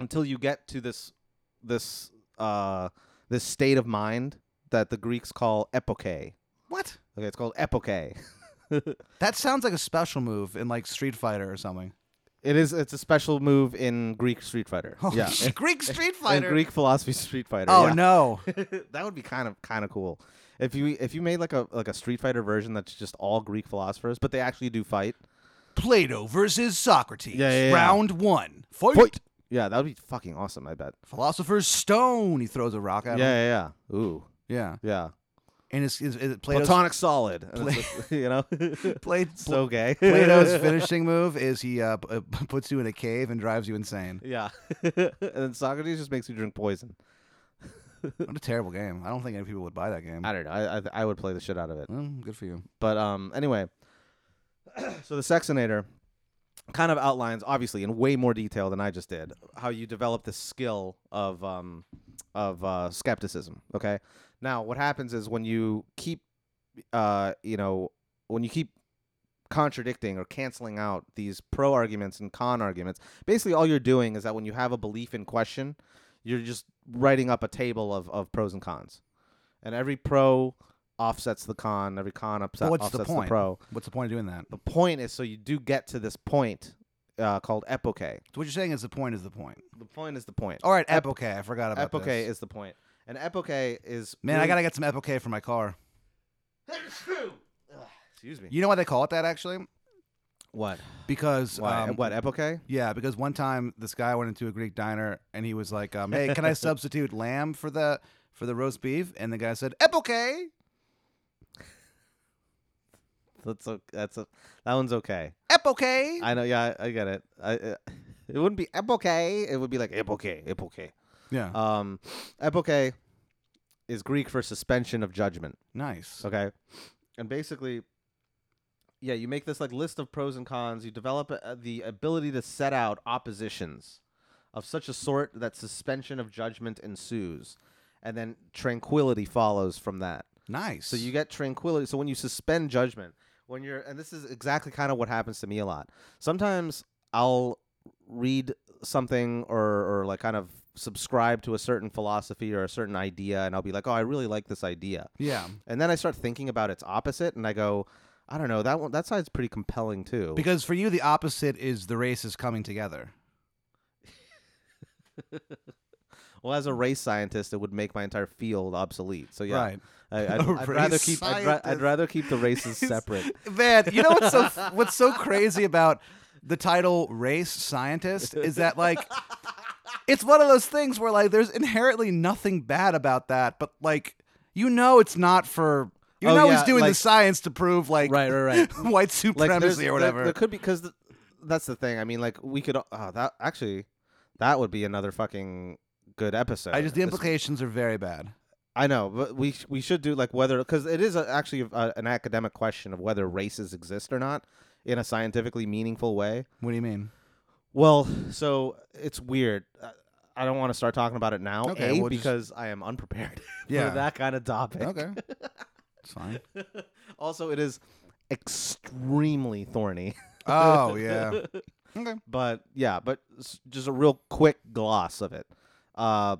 B: until you get to this this uh this state of mind that the Greeks call epoche.
C: What?
B: Okay, it's called epoche.
C: That sounds like a special move in like Street Fighter or something. [laughs]
B: It is. It's a special move in Greek Street Fighter.
C: Oh,
B: yeah. [laughs]
C: Greek
B: In
C: Street Fighter.
B: Greek philosophy Street Fighter.
C: oh
B: yeah.
C: no.
B: [laughs] that would be kind of kind of cool. If you if you made like a like a Street Fighter version that's just all Greek philosophers, but they actually do fight.
C: Plato versus Socrates.
B: Yeah, yeah, yeah.
C: Round one. Fight.
B: Yeah, that would be fucking awesome. I bet.
C: Philosopher's Stone. He throws a rock
B: Yeah,
C: at him.
B: yeah, yeah. Ooh,
C: Yeah.
B: yeah.
C: And it's, it's, it's Plato's, [laughs]
B: Platonic solid. And it's like, [laughs] you know,
C: Plat-
B: so gay.
C: Plato's
B: [laughs]
C: finishing move is he uh, p- uh, puts you in a cave and drives you insane.
B: Yeah, [laughs] and then Socrates just makes you drink poison.
C: What a terrible game. I don't think any people would buy that game.
B: I don't know. I, I I would play the shit out of it.
C: Mm, good for you.
B: But um, anyway, [coughs] so the Sexinator kind of outlines, obviously, in way more detail than I just did, how you develop the skill of um, of uh, skepticism. Okay, now what happens is when you keep, uh, you know, when you keep contradicting or canceling out these pro arguments and con arguments, basically all you're doing is that when you have a belief in question, you're just writing up a table of, of pros and cons, and every pro offsets the con, every con upset,
C: But what's the
B: offsets
C: point?
B: pro.
C: What's the point of doing that?
B: The point is, so you do get to this point uh, called epoche.
C: So what you're saying is the point is the point.
B: The point is the point.
C: All right, epoche. I forgot about
B: epoche
C: this.
B: Oh, is the point, and epoche is
C: Man, I
B: really-
C: gotta get some epoche for my car.
B: excuse me.
C: You know why they call it that actually?
B: what?
C: Because
B: Why?
C: um,
B: what epoche?
C: Yeah, because one time this guy went into a Greek diner and he was like, um, "Hey,
B: [laughs]
C: can I substitute lamb for the for the roast beef?" And the guy said, "Epoche."
B: That's a, that's a, that one's okay.
C: Epoche.
B: I know. Yeah, I, I get it. I, uh, it wouldn't be epoche. It would be like epoche, epoche.
C: yeah.
B: Um, epoche is Greek for suspension of judgment.
C: nice.
B: Okay. And basically, yeah, you make this like list of pros and cons. You develop uh, the ability to set out oppositions of such a sort that suspension of judgment ensues, and then tranquility follows from that.
C: Nice.
B: So you get tranquility. So when you suspend judgment, when you're, and this is exactly kind of what happens to me a lot. Sometimes I'll read something or, or like kind of subscribe to a certain philosophy or a certain idea, and I'll be like, oh, I really like this idea. [laughs]
C: yeah,
B: And then I start thinking about its opposite, and I go, I don't know, that one, that side's pretty compelling too.
C: because for you the opposite is the races coming together.
B: well, as a race scientist, it would make my entire field obsolete. So yeah,
C: Right.
B: I, I'd,
C: [laughs] A
B: I'd rather
C: race
B: keep I'd, ra- I'd
C: scientist.
B: rather keep the races
C: [laughs]
B: separate.
C: Man, you know what's so
B: [laughs]
C: what's so crazy about the title race scientist is that like it's one of those things where like there's inherently nothing bad about that, but like you know it's not for you
B: Oh,
C: know
B: yeah,
C: he's doing
B: like-
C: the science to prove like
B: Right, [laughs] right, right.
C: [laughs] white
B: there's-
C: supremacy
B: there-
C: or whatever.
B: There, could be because that's the thing. I mean, like we could oh, that actually that would be another fucking good episode.
C: I just the
B: It's-
C: implications are very bad.
B: I know, but we sh- we should do like whether because it is a, actually a, an academic question of whether races exist or not in a scientifically meaningful way.
C: What do you mean?
B: Well, so it's weird. Uh, I don't want to start talking about it now,
C: Okay,
B: A,
C: we'll just-
B: because I am unprepared [laughs]
C: Yeah.
B: for that kind of topic.
C: Okay. It's fine.
B: [laughs] also, it is extremely thorny. [laughs]
C: Oh yeah. [laughs] Okay.
B: but yeah, but s- just a real quick gloss of it. Uh,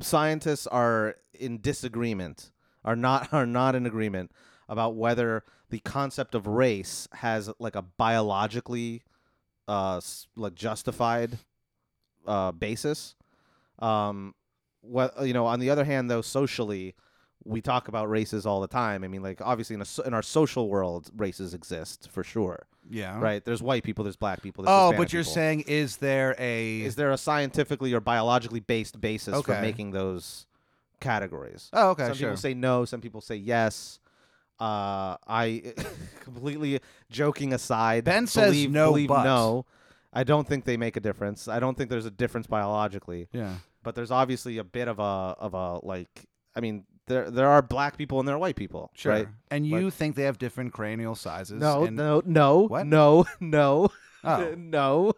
B: scientists are in disagreement, are not [laughs] are not in agreement about whether the concept of race has like a biologically, uh, s- like justified, uh, basis. Um, what you know. On the other hand, though, socially. We talk about races all the time. I mean, like obviously in a, so- in our social world, races exist for sure
C: Yeah.
B: right? There's white people, there's black people. There's
C: Oh,
B: Hispanic
C: but you're
B: people.
C: saying is there a
B: is there a scientifically or biologically based basis for
C: Okay.
B: making those categories?
C: Oh okay,
B: some
C: sure.
B: people say no, some people say yes. Uh, I [laughs] completely joking aside.
C: Ben says
B: believe-
C: no,
B: believe
C: but.
B: no. I don't think they make a difference. I don't think there's a difference biologically,
C: yeah.
B: but there's obviously a bit of a of a like. I mean, there there are black people and there are white people.
C: Sure.
B: Right?
C: And
B: Like-
C: you think they have different cranial sizes?
B: No,
C: and-
B: no, no,
C: What?
B: no, [laughs] no, [laughs]
C: Oh,
B: no.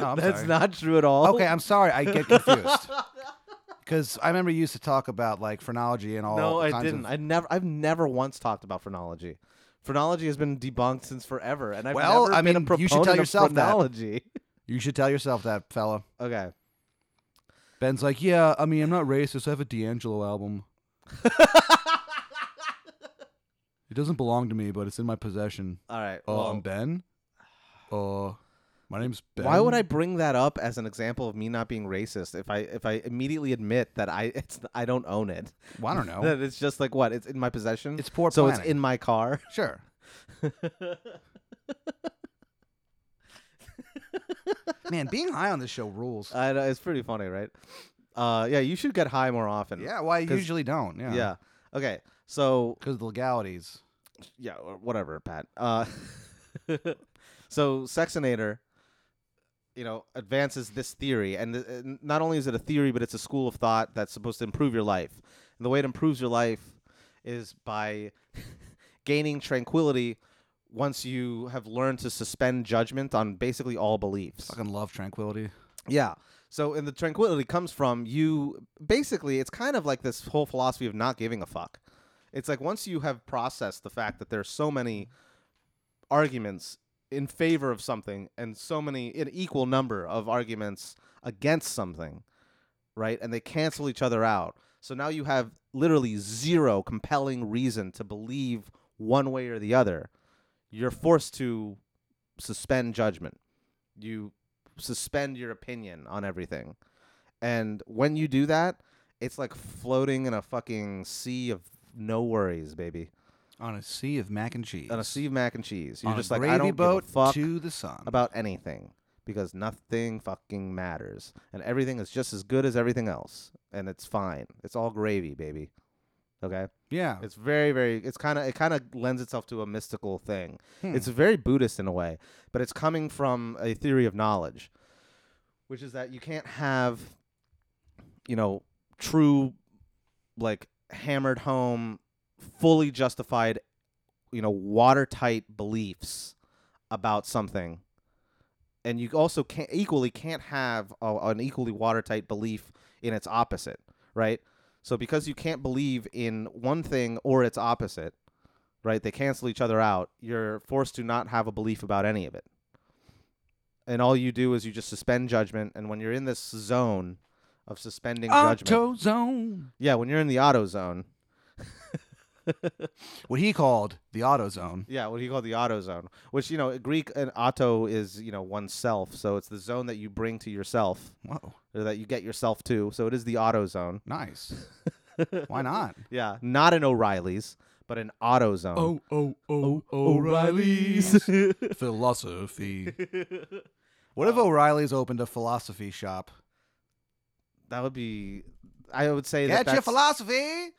C: oh, I'm
B: That's
C: sorry.
B: not true at all.
C: Okay, I'm sorry. I get confused
B: [laughs]
C: because I remember you used to talk about like phrenology and all.
B: No, I
C: kinds
B: didn't.
C: Of...
B: I never. I've never once talked about phrenology. Phrenology has been debunked since forever, and I've
C: Well,
B: never
C: I
B: been a
C: mean, you should tell
B: proponent of
C: yourself that. [laughs]
B: phrenology.
C: You should tell yourself that, fella.
B: okay.
C: Ben's like, yeah. I mean, I'm not racist. I have a D'Angelo
B: [laughs]
C: album. It doesn't belong to me, but it's in my possession.
B: All right.
C: Oh,
B: well, [sighs]
C: I'm Ben. Uh, my name's Ben.
B: why would I bring that up as an example of me not being racist if I if I immediately admit that I [laughs] it's I don't own it
C: Well, I don't know.
B: that it's just like what it's in my possession
C: Oh. It's poor
B: so it's
C: planning.
B: in my car [laughs]
C: Sure. Man, being high on this show rules.
B: I know, it's pretty funny right uh yeah you should get high more often
C: yeah, well, I
B: 'cause-
C: usually don't. Yeah.
B: yeah okay so
C: Because the legalities.
B: yeah, or whatever, Pat. Uh, [laughs] so Sexinator, you know, advances this theory, and, th- and not only is it a theory, but it's a school of thought that's supposed to improve your life. And the way it improves your life is by [laughs] gaining tranquility once you have learned to suspend judgment on basically all beliefs.
C: Fucking love tranquility.
B: Yeah. So, and the tranquility comes from you basically, it's kind of like this whole philosophy of not giving a fuck. It's like once you have processed the fact that there's so many arguments in favor of something and so many, an equal number of arguments against something, right? And they cancel each other out. So now you have literally zero compelling reason to believe one way or the other. You're forced to suspend judgment. You suspend your opinion on everything. And when you do that, it's like floating in a fucking sea of no worries, baby.
C: On a sea of mac and cheese.
B: On a sea of mac and cheese. You're
C: On a
B: just like,
C: gravy
B: I don't
C: boat
B: give a fuck
C: to the sun.
B: about anything because nothing fucking matters. And everything is just as good as everything else. And it's fine. It's all gravy, baby. Okay?
C: yeah.
B: It's very, very. It's kind of. It kind of lends itself to a mystical thing.
C: Hmm.
B: It's very Buddhist in a way, but it's coming from a theory of knowledge, which is that you can't have, you know, true, like hammered home, fully justified, you know, watertight beliefs about something, and you also can't equally can't have a, an equally watertight belief in its opposite, right? So because you can't believe in one thing or its opposite, right? They cancel each other out. You're forced to not have a belief about any of it. And all you do is you just suspend judgment and when you're in this zone of suspending judgment.
C: Auto zone.
B: Yeah, when you're in the auto zone.
C: What he called the auto zone.
B: Yeah, what do you call the auto zone? Which, you know, Greek and auto is, you know, oneself. So it's the zone that you bring to yourself
C: Whoa.
B: or that you get yourself to. So it is the auto zone.
C: Nice.
B: [laughs]
C: Why not?
B: Yeah, not an O'Reilly's, but an auto zone.
C: oh, oh,
B: [laughs]
C: philosophy. What
B: Oh.
C: if O'Reilly's opened a philosophy shop?
B: That would be. I would say that.
C: Get your
B: That's,
C: philosophy.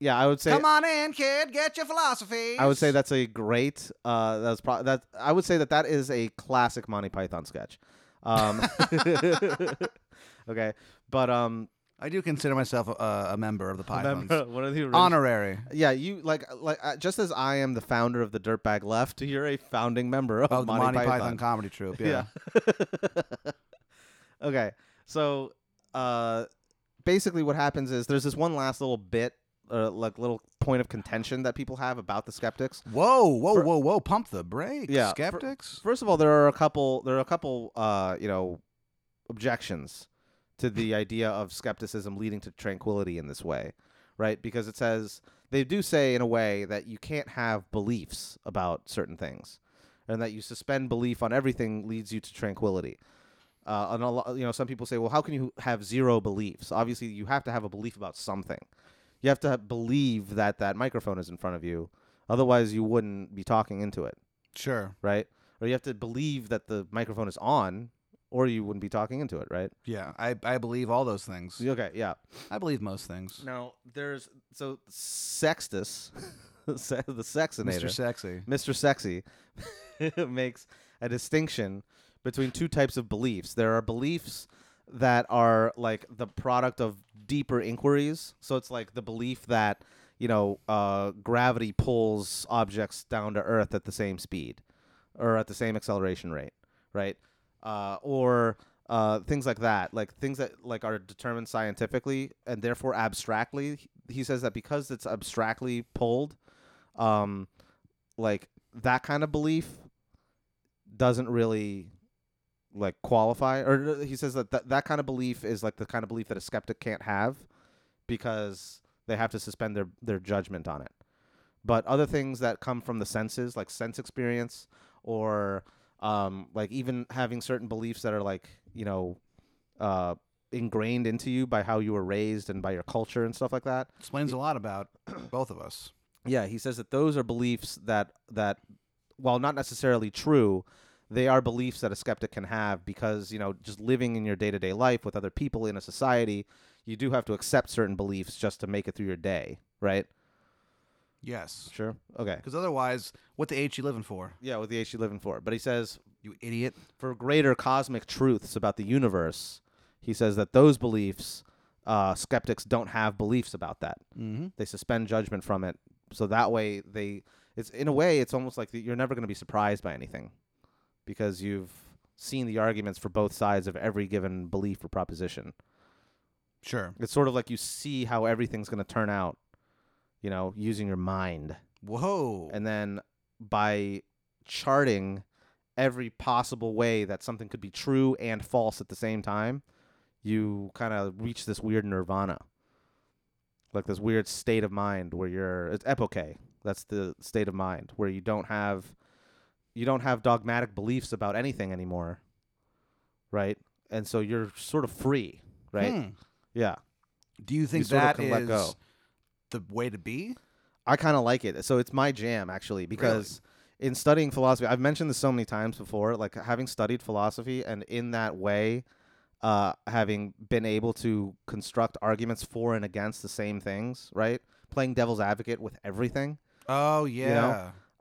B: yeah, I would say.
C: Come on in, kid. Get your philosophy.
B: I would say that's a great. Uh, that's pro- that. I would say that that is a classic Monty Python sketch. Um, [laughs] okay, but um,
C: I do consider myself a, a member
B: [laughs]
C: of the Pythons.
B: remember one of the orig-
C: Honorary.
B: Yeah, you like like uh, just as I am the founder of the Dirtbag Left, you're a founding member of
C: Oh, the
B: Monty,
C: Monty Python.
B: Python. [laughs]
C: comedy troupe. [laughs] Yeah.
B: okay. So uh, basically, what happens is there's this one last little bit, uh, like little point of contention that people have about the skeptics.
C: Whoa, whoa, whoa, whoa! Pump the brakes.
B: Yeah, for-
C: Skeptics.
B: First of all, there are a couple. There are a couple. Uh, you know, objections to the idea of skepticism leading to tranquility in this way, right? Because it says they do say in a way that you can't have beliefs about certain things, and that you suspend belief on everything leads you to tranquility. Uh, and a lot, you know, some people say, well, how can you have zero beliefs? Obviously, you have to have a belief about something. You have to believe that that microphone is in front of you. Otherwise, you wouldn't be talking into it
C: Sure.
B: right? Or you have to believe that the microphone is on, or you wouldn't be talking into it, right?
C: Yeah, I, I believe all those things.
B: So, okay, yeah.
C: I believe most things.
B: Now there's so Sextus, [laughs] se- the
C: Mr.
B: Sexinator,
C: Sexy.
B: Mr. Sexy, [laughs] makes a distinction between two types of beliefs. There are beliefs that are like the product of deeper inquiries. So it's like the belief that you know, uh, gravity pulls objects down to Earth at the same speed or at the same acceleration rate, right? Uh, or uh, things like that, like things that like are determined scientifically and therefore abstractly. He says that because it's abstractly pulled, um, like that kind of belief doesn't really like qualify or uh, he says that th- that kind of belief is like the kind of belief that a skeptic can't have because they have to suspend their their judgment on it but other things that come from the senses like sense experience or um like even having certain beliefs that are like you know uh ingrained into you by how you were raised and by your culture and stuff like that
C: Explains a lot about both of us.
B: yeah he says that those are beliefs that that while not necessarily true they are beliefs that a skeptic can have because you know just living in your day-to-day life with other people in a society you do have to accept certain beliefs just to make it through your day right
C: Yes.
B: sure okay
C: Because otherwise, what the H you living for?
B: yeah with the h you living for but he says
C: You idiot.
B: for greater cosmic truths about the universe he says that those beliefs uh, skeptics don't have beliefs about that
C: Mm-hmm.
B: they suspend judgment from it so that way they it's in a way it's almost like you're never going to be surprised by anything because you've seen the arguments for both sides of every given belief or proposition
C: Sure.
B: it's sort of like you see how everything's going to turn out you know using your mind
C: Whoa.
B: and then by charting every possible way that something could be true and false at the same time you kind of reach this weird nirvana like this weird state of mind where you're it's epoche that's the state of mind where you don't have you don't have dogmatic beliefs about anything anymore right and so you're sort of free right
C: Hmm.
B: yeah
C: Do you think
B: sort of
C: that
B: can
C: is
B: let go.
C: the way to be?
B: I kind of like it. So it's my jam actually because in studying philosophy, I've mentioned this so many times before, like having studied philosophy and in that way uh, having been able to construct arguments for and against the same things, right? Playing devil's advocate with everything.
C: Oh yeah.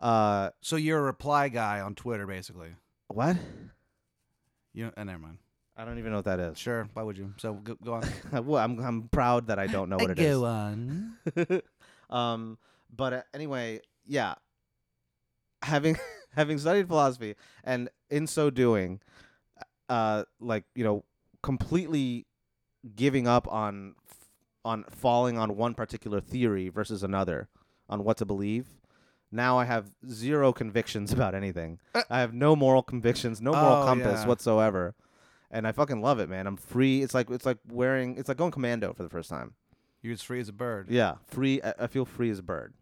B: know? Uh,
C: So you're a reply guy on Twitter, basically.
B: what?
C: You know, uh, never mind.
B: I don't even know what that is. [laughs]
C: Sure. Why would you? So go, go on.
B: well, I'm I'm proud that I [laughs] don't know what it is.
C: on.
B: [laughs] um, but uh, anyway, yeah. Having [laughs] having studied philosophy and in so doing, uh, like you know, completely giving up on on falling on one particular theory versus another on what to believe. Now I have zero convictions [laughs] about anything.
C: Uh.
B: I have no moral convictions, no moral
C: Oh,
B: compass
C: yeah.
B: whatsoever. And I fucking love it, man. I'm free. It's like it's like wearing it's like going commando for the first time.
C: You're as free as a bird.
B: Yeah, free. I, I feel free as a bird.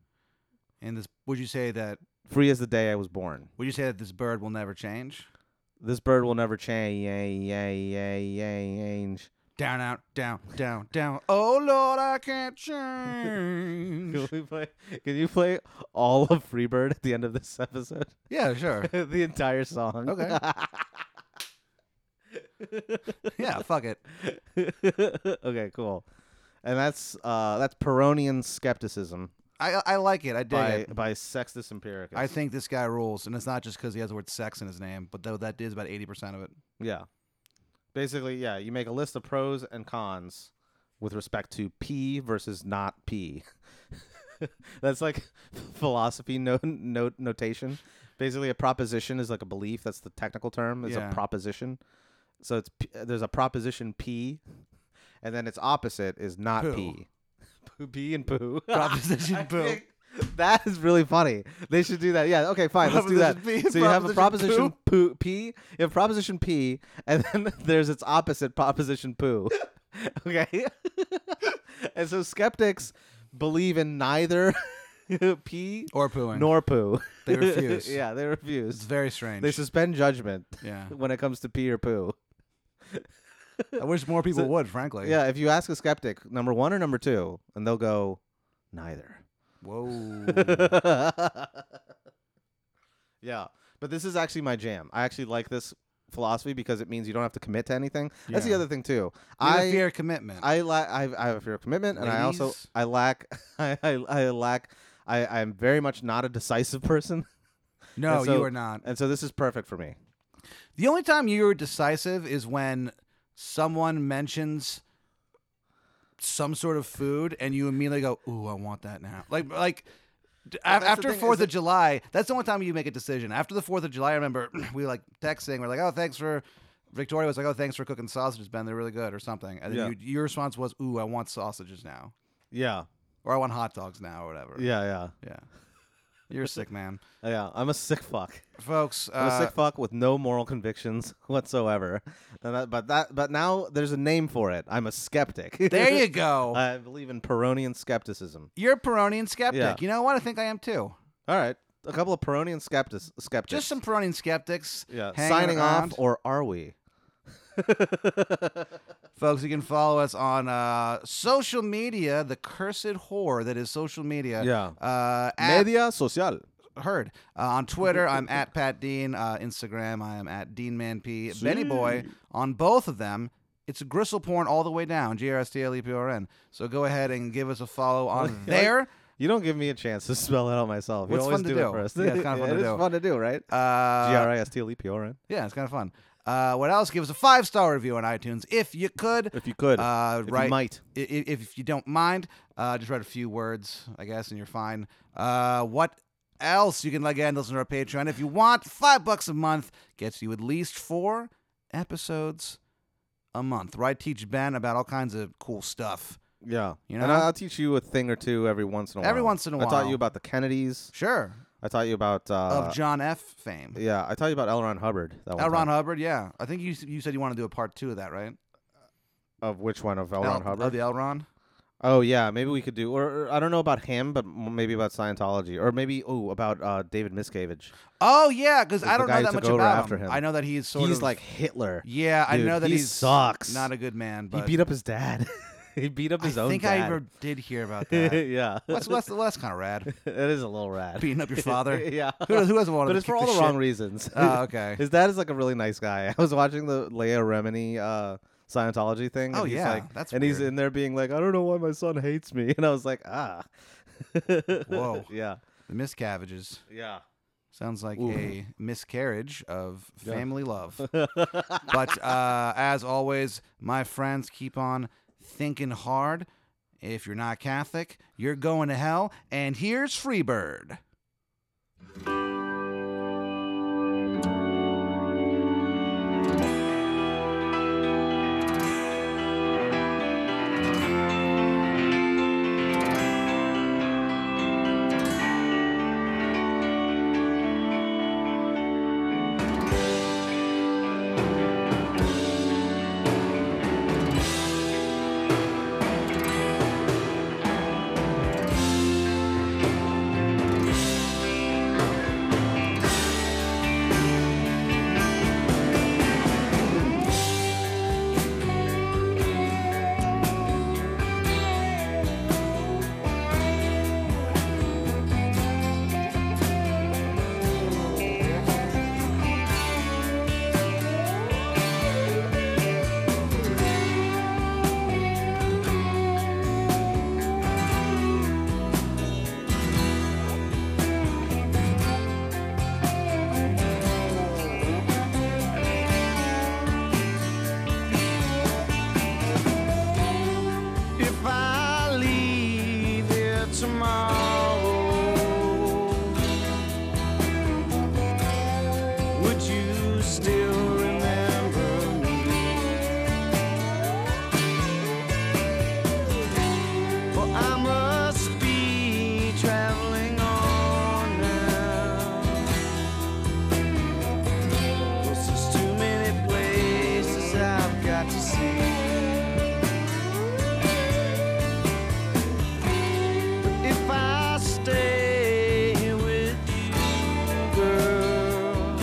C: And this, would you say that?
B: Free as the day I was born.
C: Would you say that this bird will never change?
B: This bird will never change. Yay, yay, yay, yay, change.
C: Down, out, down, down, down. Oh Lord, I
B: [laughs]
C: can't change.
B: Can, we play, can you play all of Freebird at the end of this
C: [laughs]
B: episode?
C: yeah, sure.
B: the entire song. [laughs]
C: Okay. Yeah, fuck it.
B: okay, cool. And that's uh that's Peronian skepticism
C: I I like it. I dig
B: by
C: it.
B: by Sextus Empiricus.
C: I think this guy rules, and it's not just because he has the word sex in his name, but though that is about eighty percent of it.
B: Yeah. Basically, yeah, you make a list of pros and cons with respect to P versus not P. [laughs] that's like [laughs] philosophy note, note notation. Basically, a proposition is like a belief. That's the technical term. Is
C: Yeah.
B: a proposition. So it's P- uh, there's a proposition P, and then its opposite is not
C: Poo.
B: P. [laughs] Poo P and poo. [laughs]
C: Proposition
B: I
C: poo.
B: think That is really funny. They should do that. Yeah. Okay. Fine. Let's do that.
C: Proposition P,
B: so you have a
C: proposition
B: proposition poo, P. You have proposition P, and then [laughs] there's its opposite proposition poo. [laughs] okay. [laughs] and so skeptics believe in neither [laughs] P
C: Or pooing.
B: nor poo.
C: They
B: [laughs]
C: refuse.
B: yeah, they
C: it's
B: refuse.
C: very strange.
B: They suspend judgment [laughs]
C: yeah.
B: when it comes to pee or poo.
C: I wish more people would, frankly.
B: Yeah, if you ask a skeptic, number one or number two, and they'll go, neither. [laughs]
C: Whoa.
B: [laughs] yeah, but this is actually my jam. I actually like this philosophy because it means you don't have to commit to anything. That's the
C: Yeah.
B: other thing too.
C: I
B: I
C: fear commitment.
B: I lack I, I have a fear of commitment, and I also
C: Ladies?
B: I lack [laughs] I I, I lack I I am very much not a decisive person, [laughs]
C: no,
B: and so-
C: you are not.
B: and so this is perfect for me.
C: The only time you are decisive is when someone mentions some sort of food and you immediately go, "Ooh, I want that now." Like like d-
A: Well, that's the
C: after
A: thing, is
C: Fourth of
A: it-
C: July, that's the only time you make a decision. After the Fourth of July, I remember [clears throat] we were like texting. We're like, "Oh, thanks for." Victoria was like, "Oh, thanks for cooking sausages, Ben. They're really good," or something. And then
B: Yeah.
C: you, your response was, "Ooh, I want sausages now,"
B: Yeah.
C: or "I want hot dogs now," or whatever.
B: Yeah. Yeah.
C: yeah. You're a sick man,
B: Yeah. I'm a sick fuck.
C: folks.
B: I'm a
C: Uh,
B: sick fuck with no moral convictions [laughs] whatsoever. And that, but that but now there's a name for it. I'm a skeptic. [laughs]
C: there you go.
B: I believe in Peronian skepticism.
C: You're a Peronian skeptic.
B: Yeah.
C: You know what? I think I am too.
B: All right. A couple of Peronian skeptics skeptics.
C: Just some Peronian skeptics.
B: yeah.
C: hanging
B: signing
C: around.
B: off or are we?
C: Folks, you can follow us on uh, social media, the cursed whore that is social media.
B: Yeah.
C: Uh, at,
B: Media social.
C: heard. Uh, on Twitter, I'm at Pat Dean. Uh, Instagram, I am at DeanManP. Benny Boy, on both of them, it's gristle porn all the way down, G R S T L E P O R N. So go ahead and give us a
B: [laughs]
C: follow on there.
B: You don't give me a chance to [laughs] spell it out myself.
C: What's
B: you always
C: fun to
B: do,
C: do?
B: it first. [laughs]
C: Yeah, it's kinda fun
B: It
C: to
B: is
C: do.
B: fun to do, right? G
C: Uh,
B: R I S T L E P O R N.
C: yeah, it's kind of fun. Uh, what else? Give us a five star review on iTunes if you could.
B: If you could.
C: Uh,
B: if
C: right.
B: You might.
C: i- i- if you don't mind, uh, just write a few words, I guess, and you're fine. Uh, what else? You can again listen to our Patreon if you want. Five bucks a month gets you at least four episodes a month. Where I teach Ben about all kinds of cool stuff.
B: Yeah.
C: You
B: And
C: know?
B: I- I'll teach you a thing or two every once in a while.
C: Every once in a
B: I taught
C: while.
B: you about the Kennedys.
C: Sure,
B: I taught you about. Uh,
C: of John F. fame.
B: yeah, I taught you about L. Ron Hubbard. That one
C: L. Ron
B: time.
C: Hubbard, yeah. I think you s- you said you want to do a part two of that, right?
B: Of which one? Of L.
C: L-
B: Ron Hubbard?
C: Of the L. Ron.
B: Oh yeah, maybe we could do, or, or I don't know about him, but m- maybe about Scientology, or maybe oh about uh, David Miscavige.
C: Oh yeah, because
B: He's
C: I
B: the
C: don't
B: guy
C: know
B: who
C: that
B: took
C: much
B: over
C: about
B: after him.
C: I know that he's sort
B: he's
C: of
B: like Hitler.
C: yeah. I
B: Dude,
C: know that
B: he
C: he's
B: sucks.
C: Not a good man, but
B: He beat up his dad. [laughs] he beat up his
C: I
B: own
C: think I
B: dad. [laughs]
C: ever did hear about that.
B: yeah, [laughs]
C: that's that's, well, that's kind of rad.
B: it is a little rad. [laughs]
C: Beating up your father.
B: yeah,
C: Who, who doesn't want to?
B: but it's for all the, wrong reasons. [laughs]
C: Oh, okay.
B: his dad is like a really nice guy. [laughs] I was watching the Leia Remini uh, Scientology thing.
C: Oh,
B: and he's
C: yeah,
B: like,
C: that's
B: and he's
C: weird.
B: in there being like, I don't know why my son hates me, [laughs] and I was like, ah,
C: Whoa.
B: yeah,
C: The miscavages
B: yeah.
C: sounds like
B: Ooh.
C: a miscarriage of
B: Yeah. [laughs]
C: family love. but uh, as always, my friends, keep on thinking hard. If you're not Catholic, you're going to hell. And here's Freebird.
A: If I leave here tomorrow, would you still remember me? For I must be traveling on now. Cause there's too many places I've got to see. If I stay with you, girl,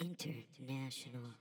D: International.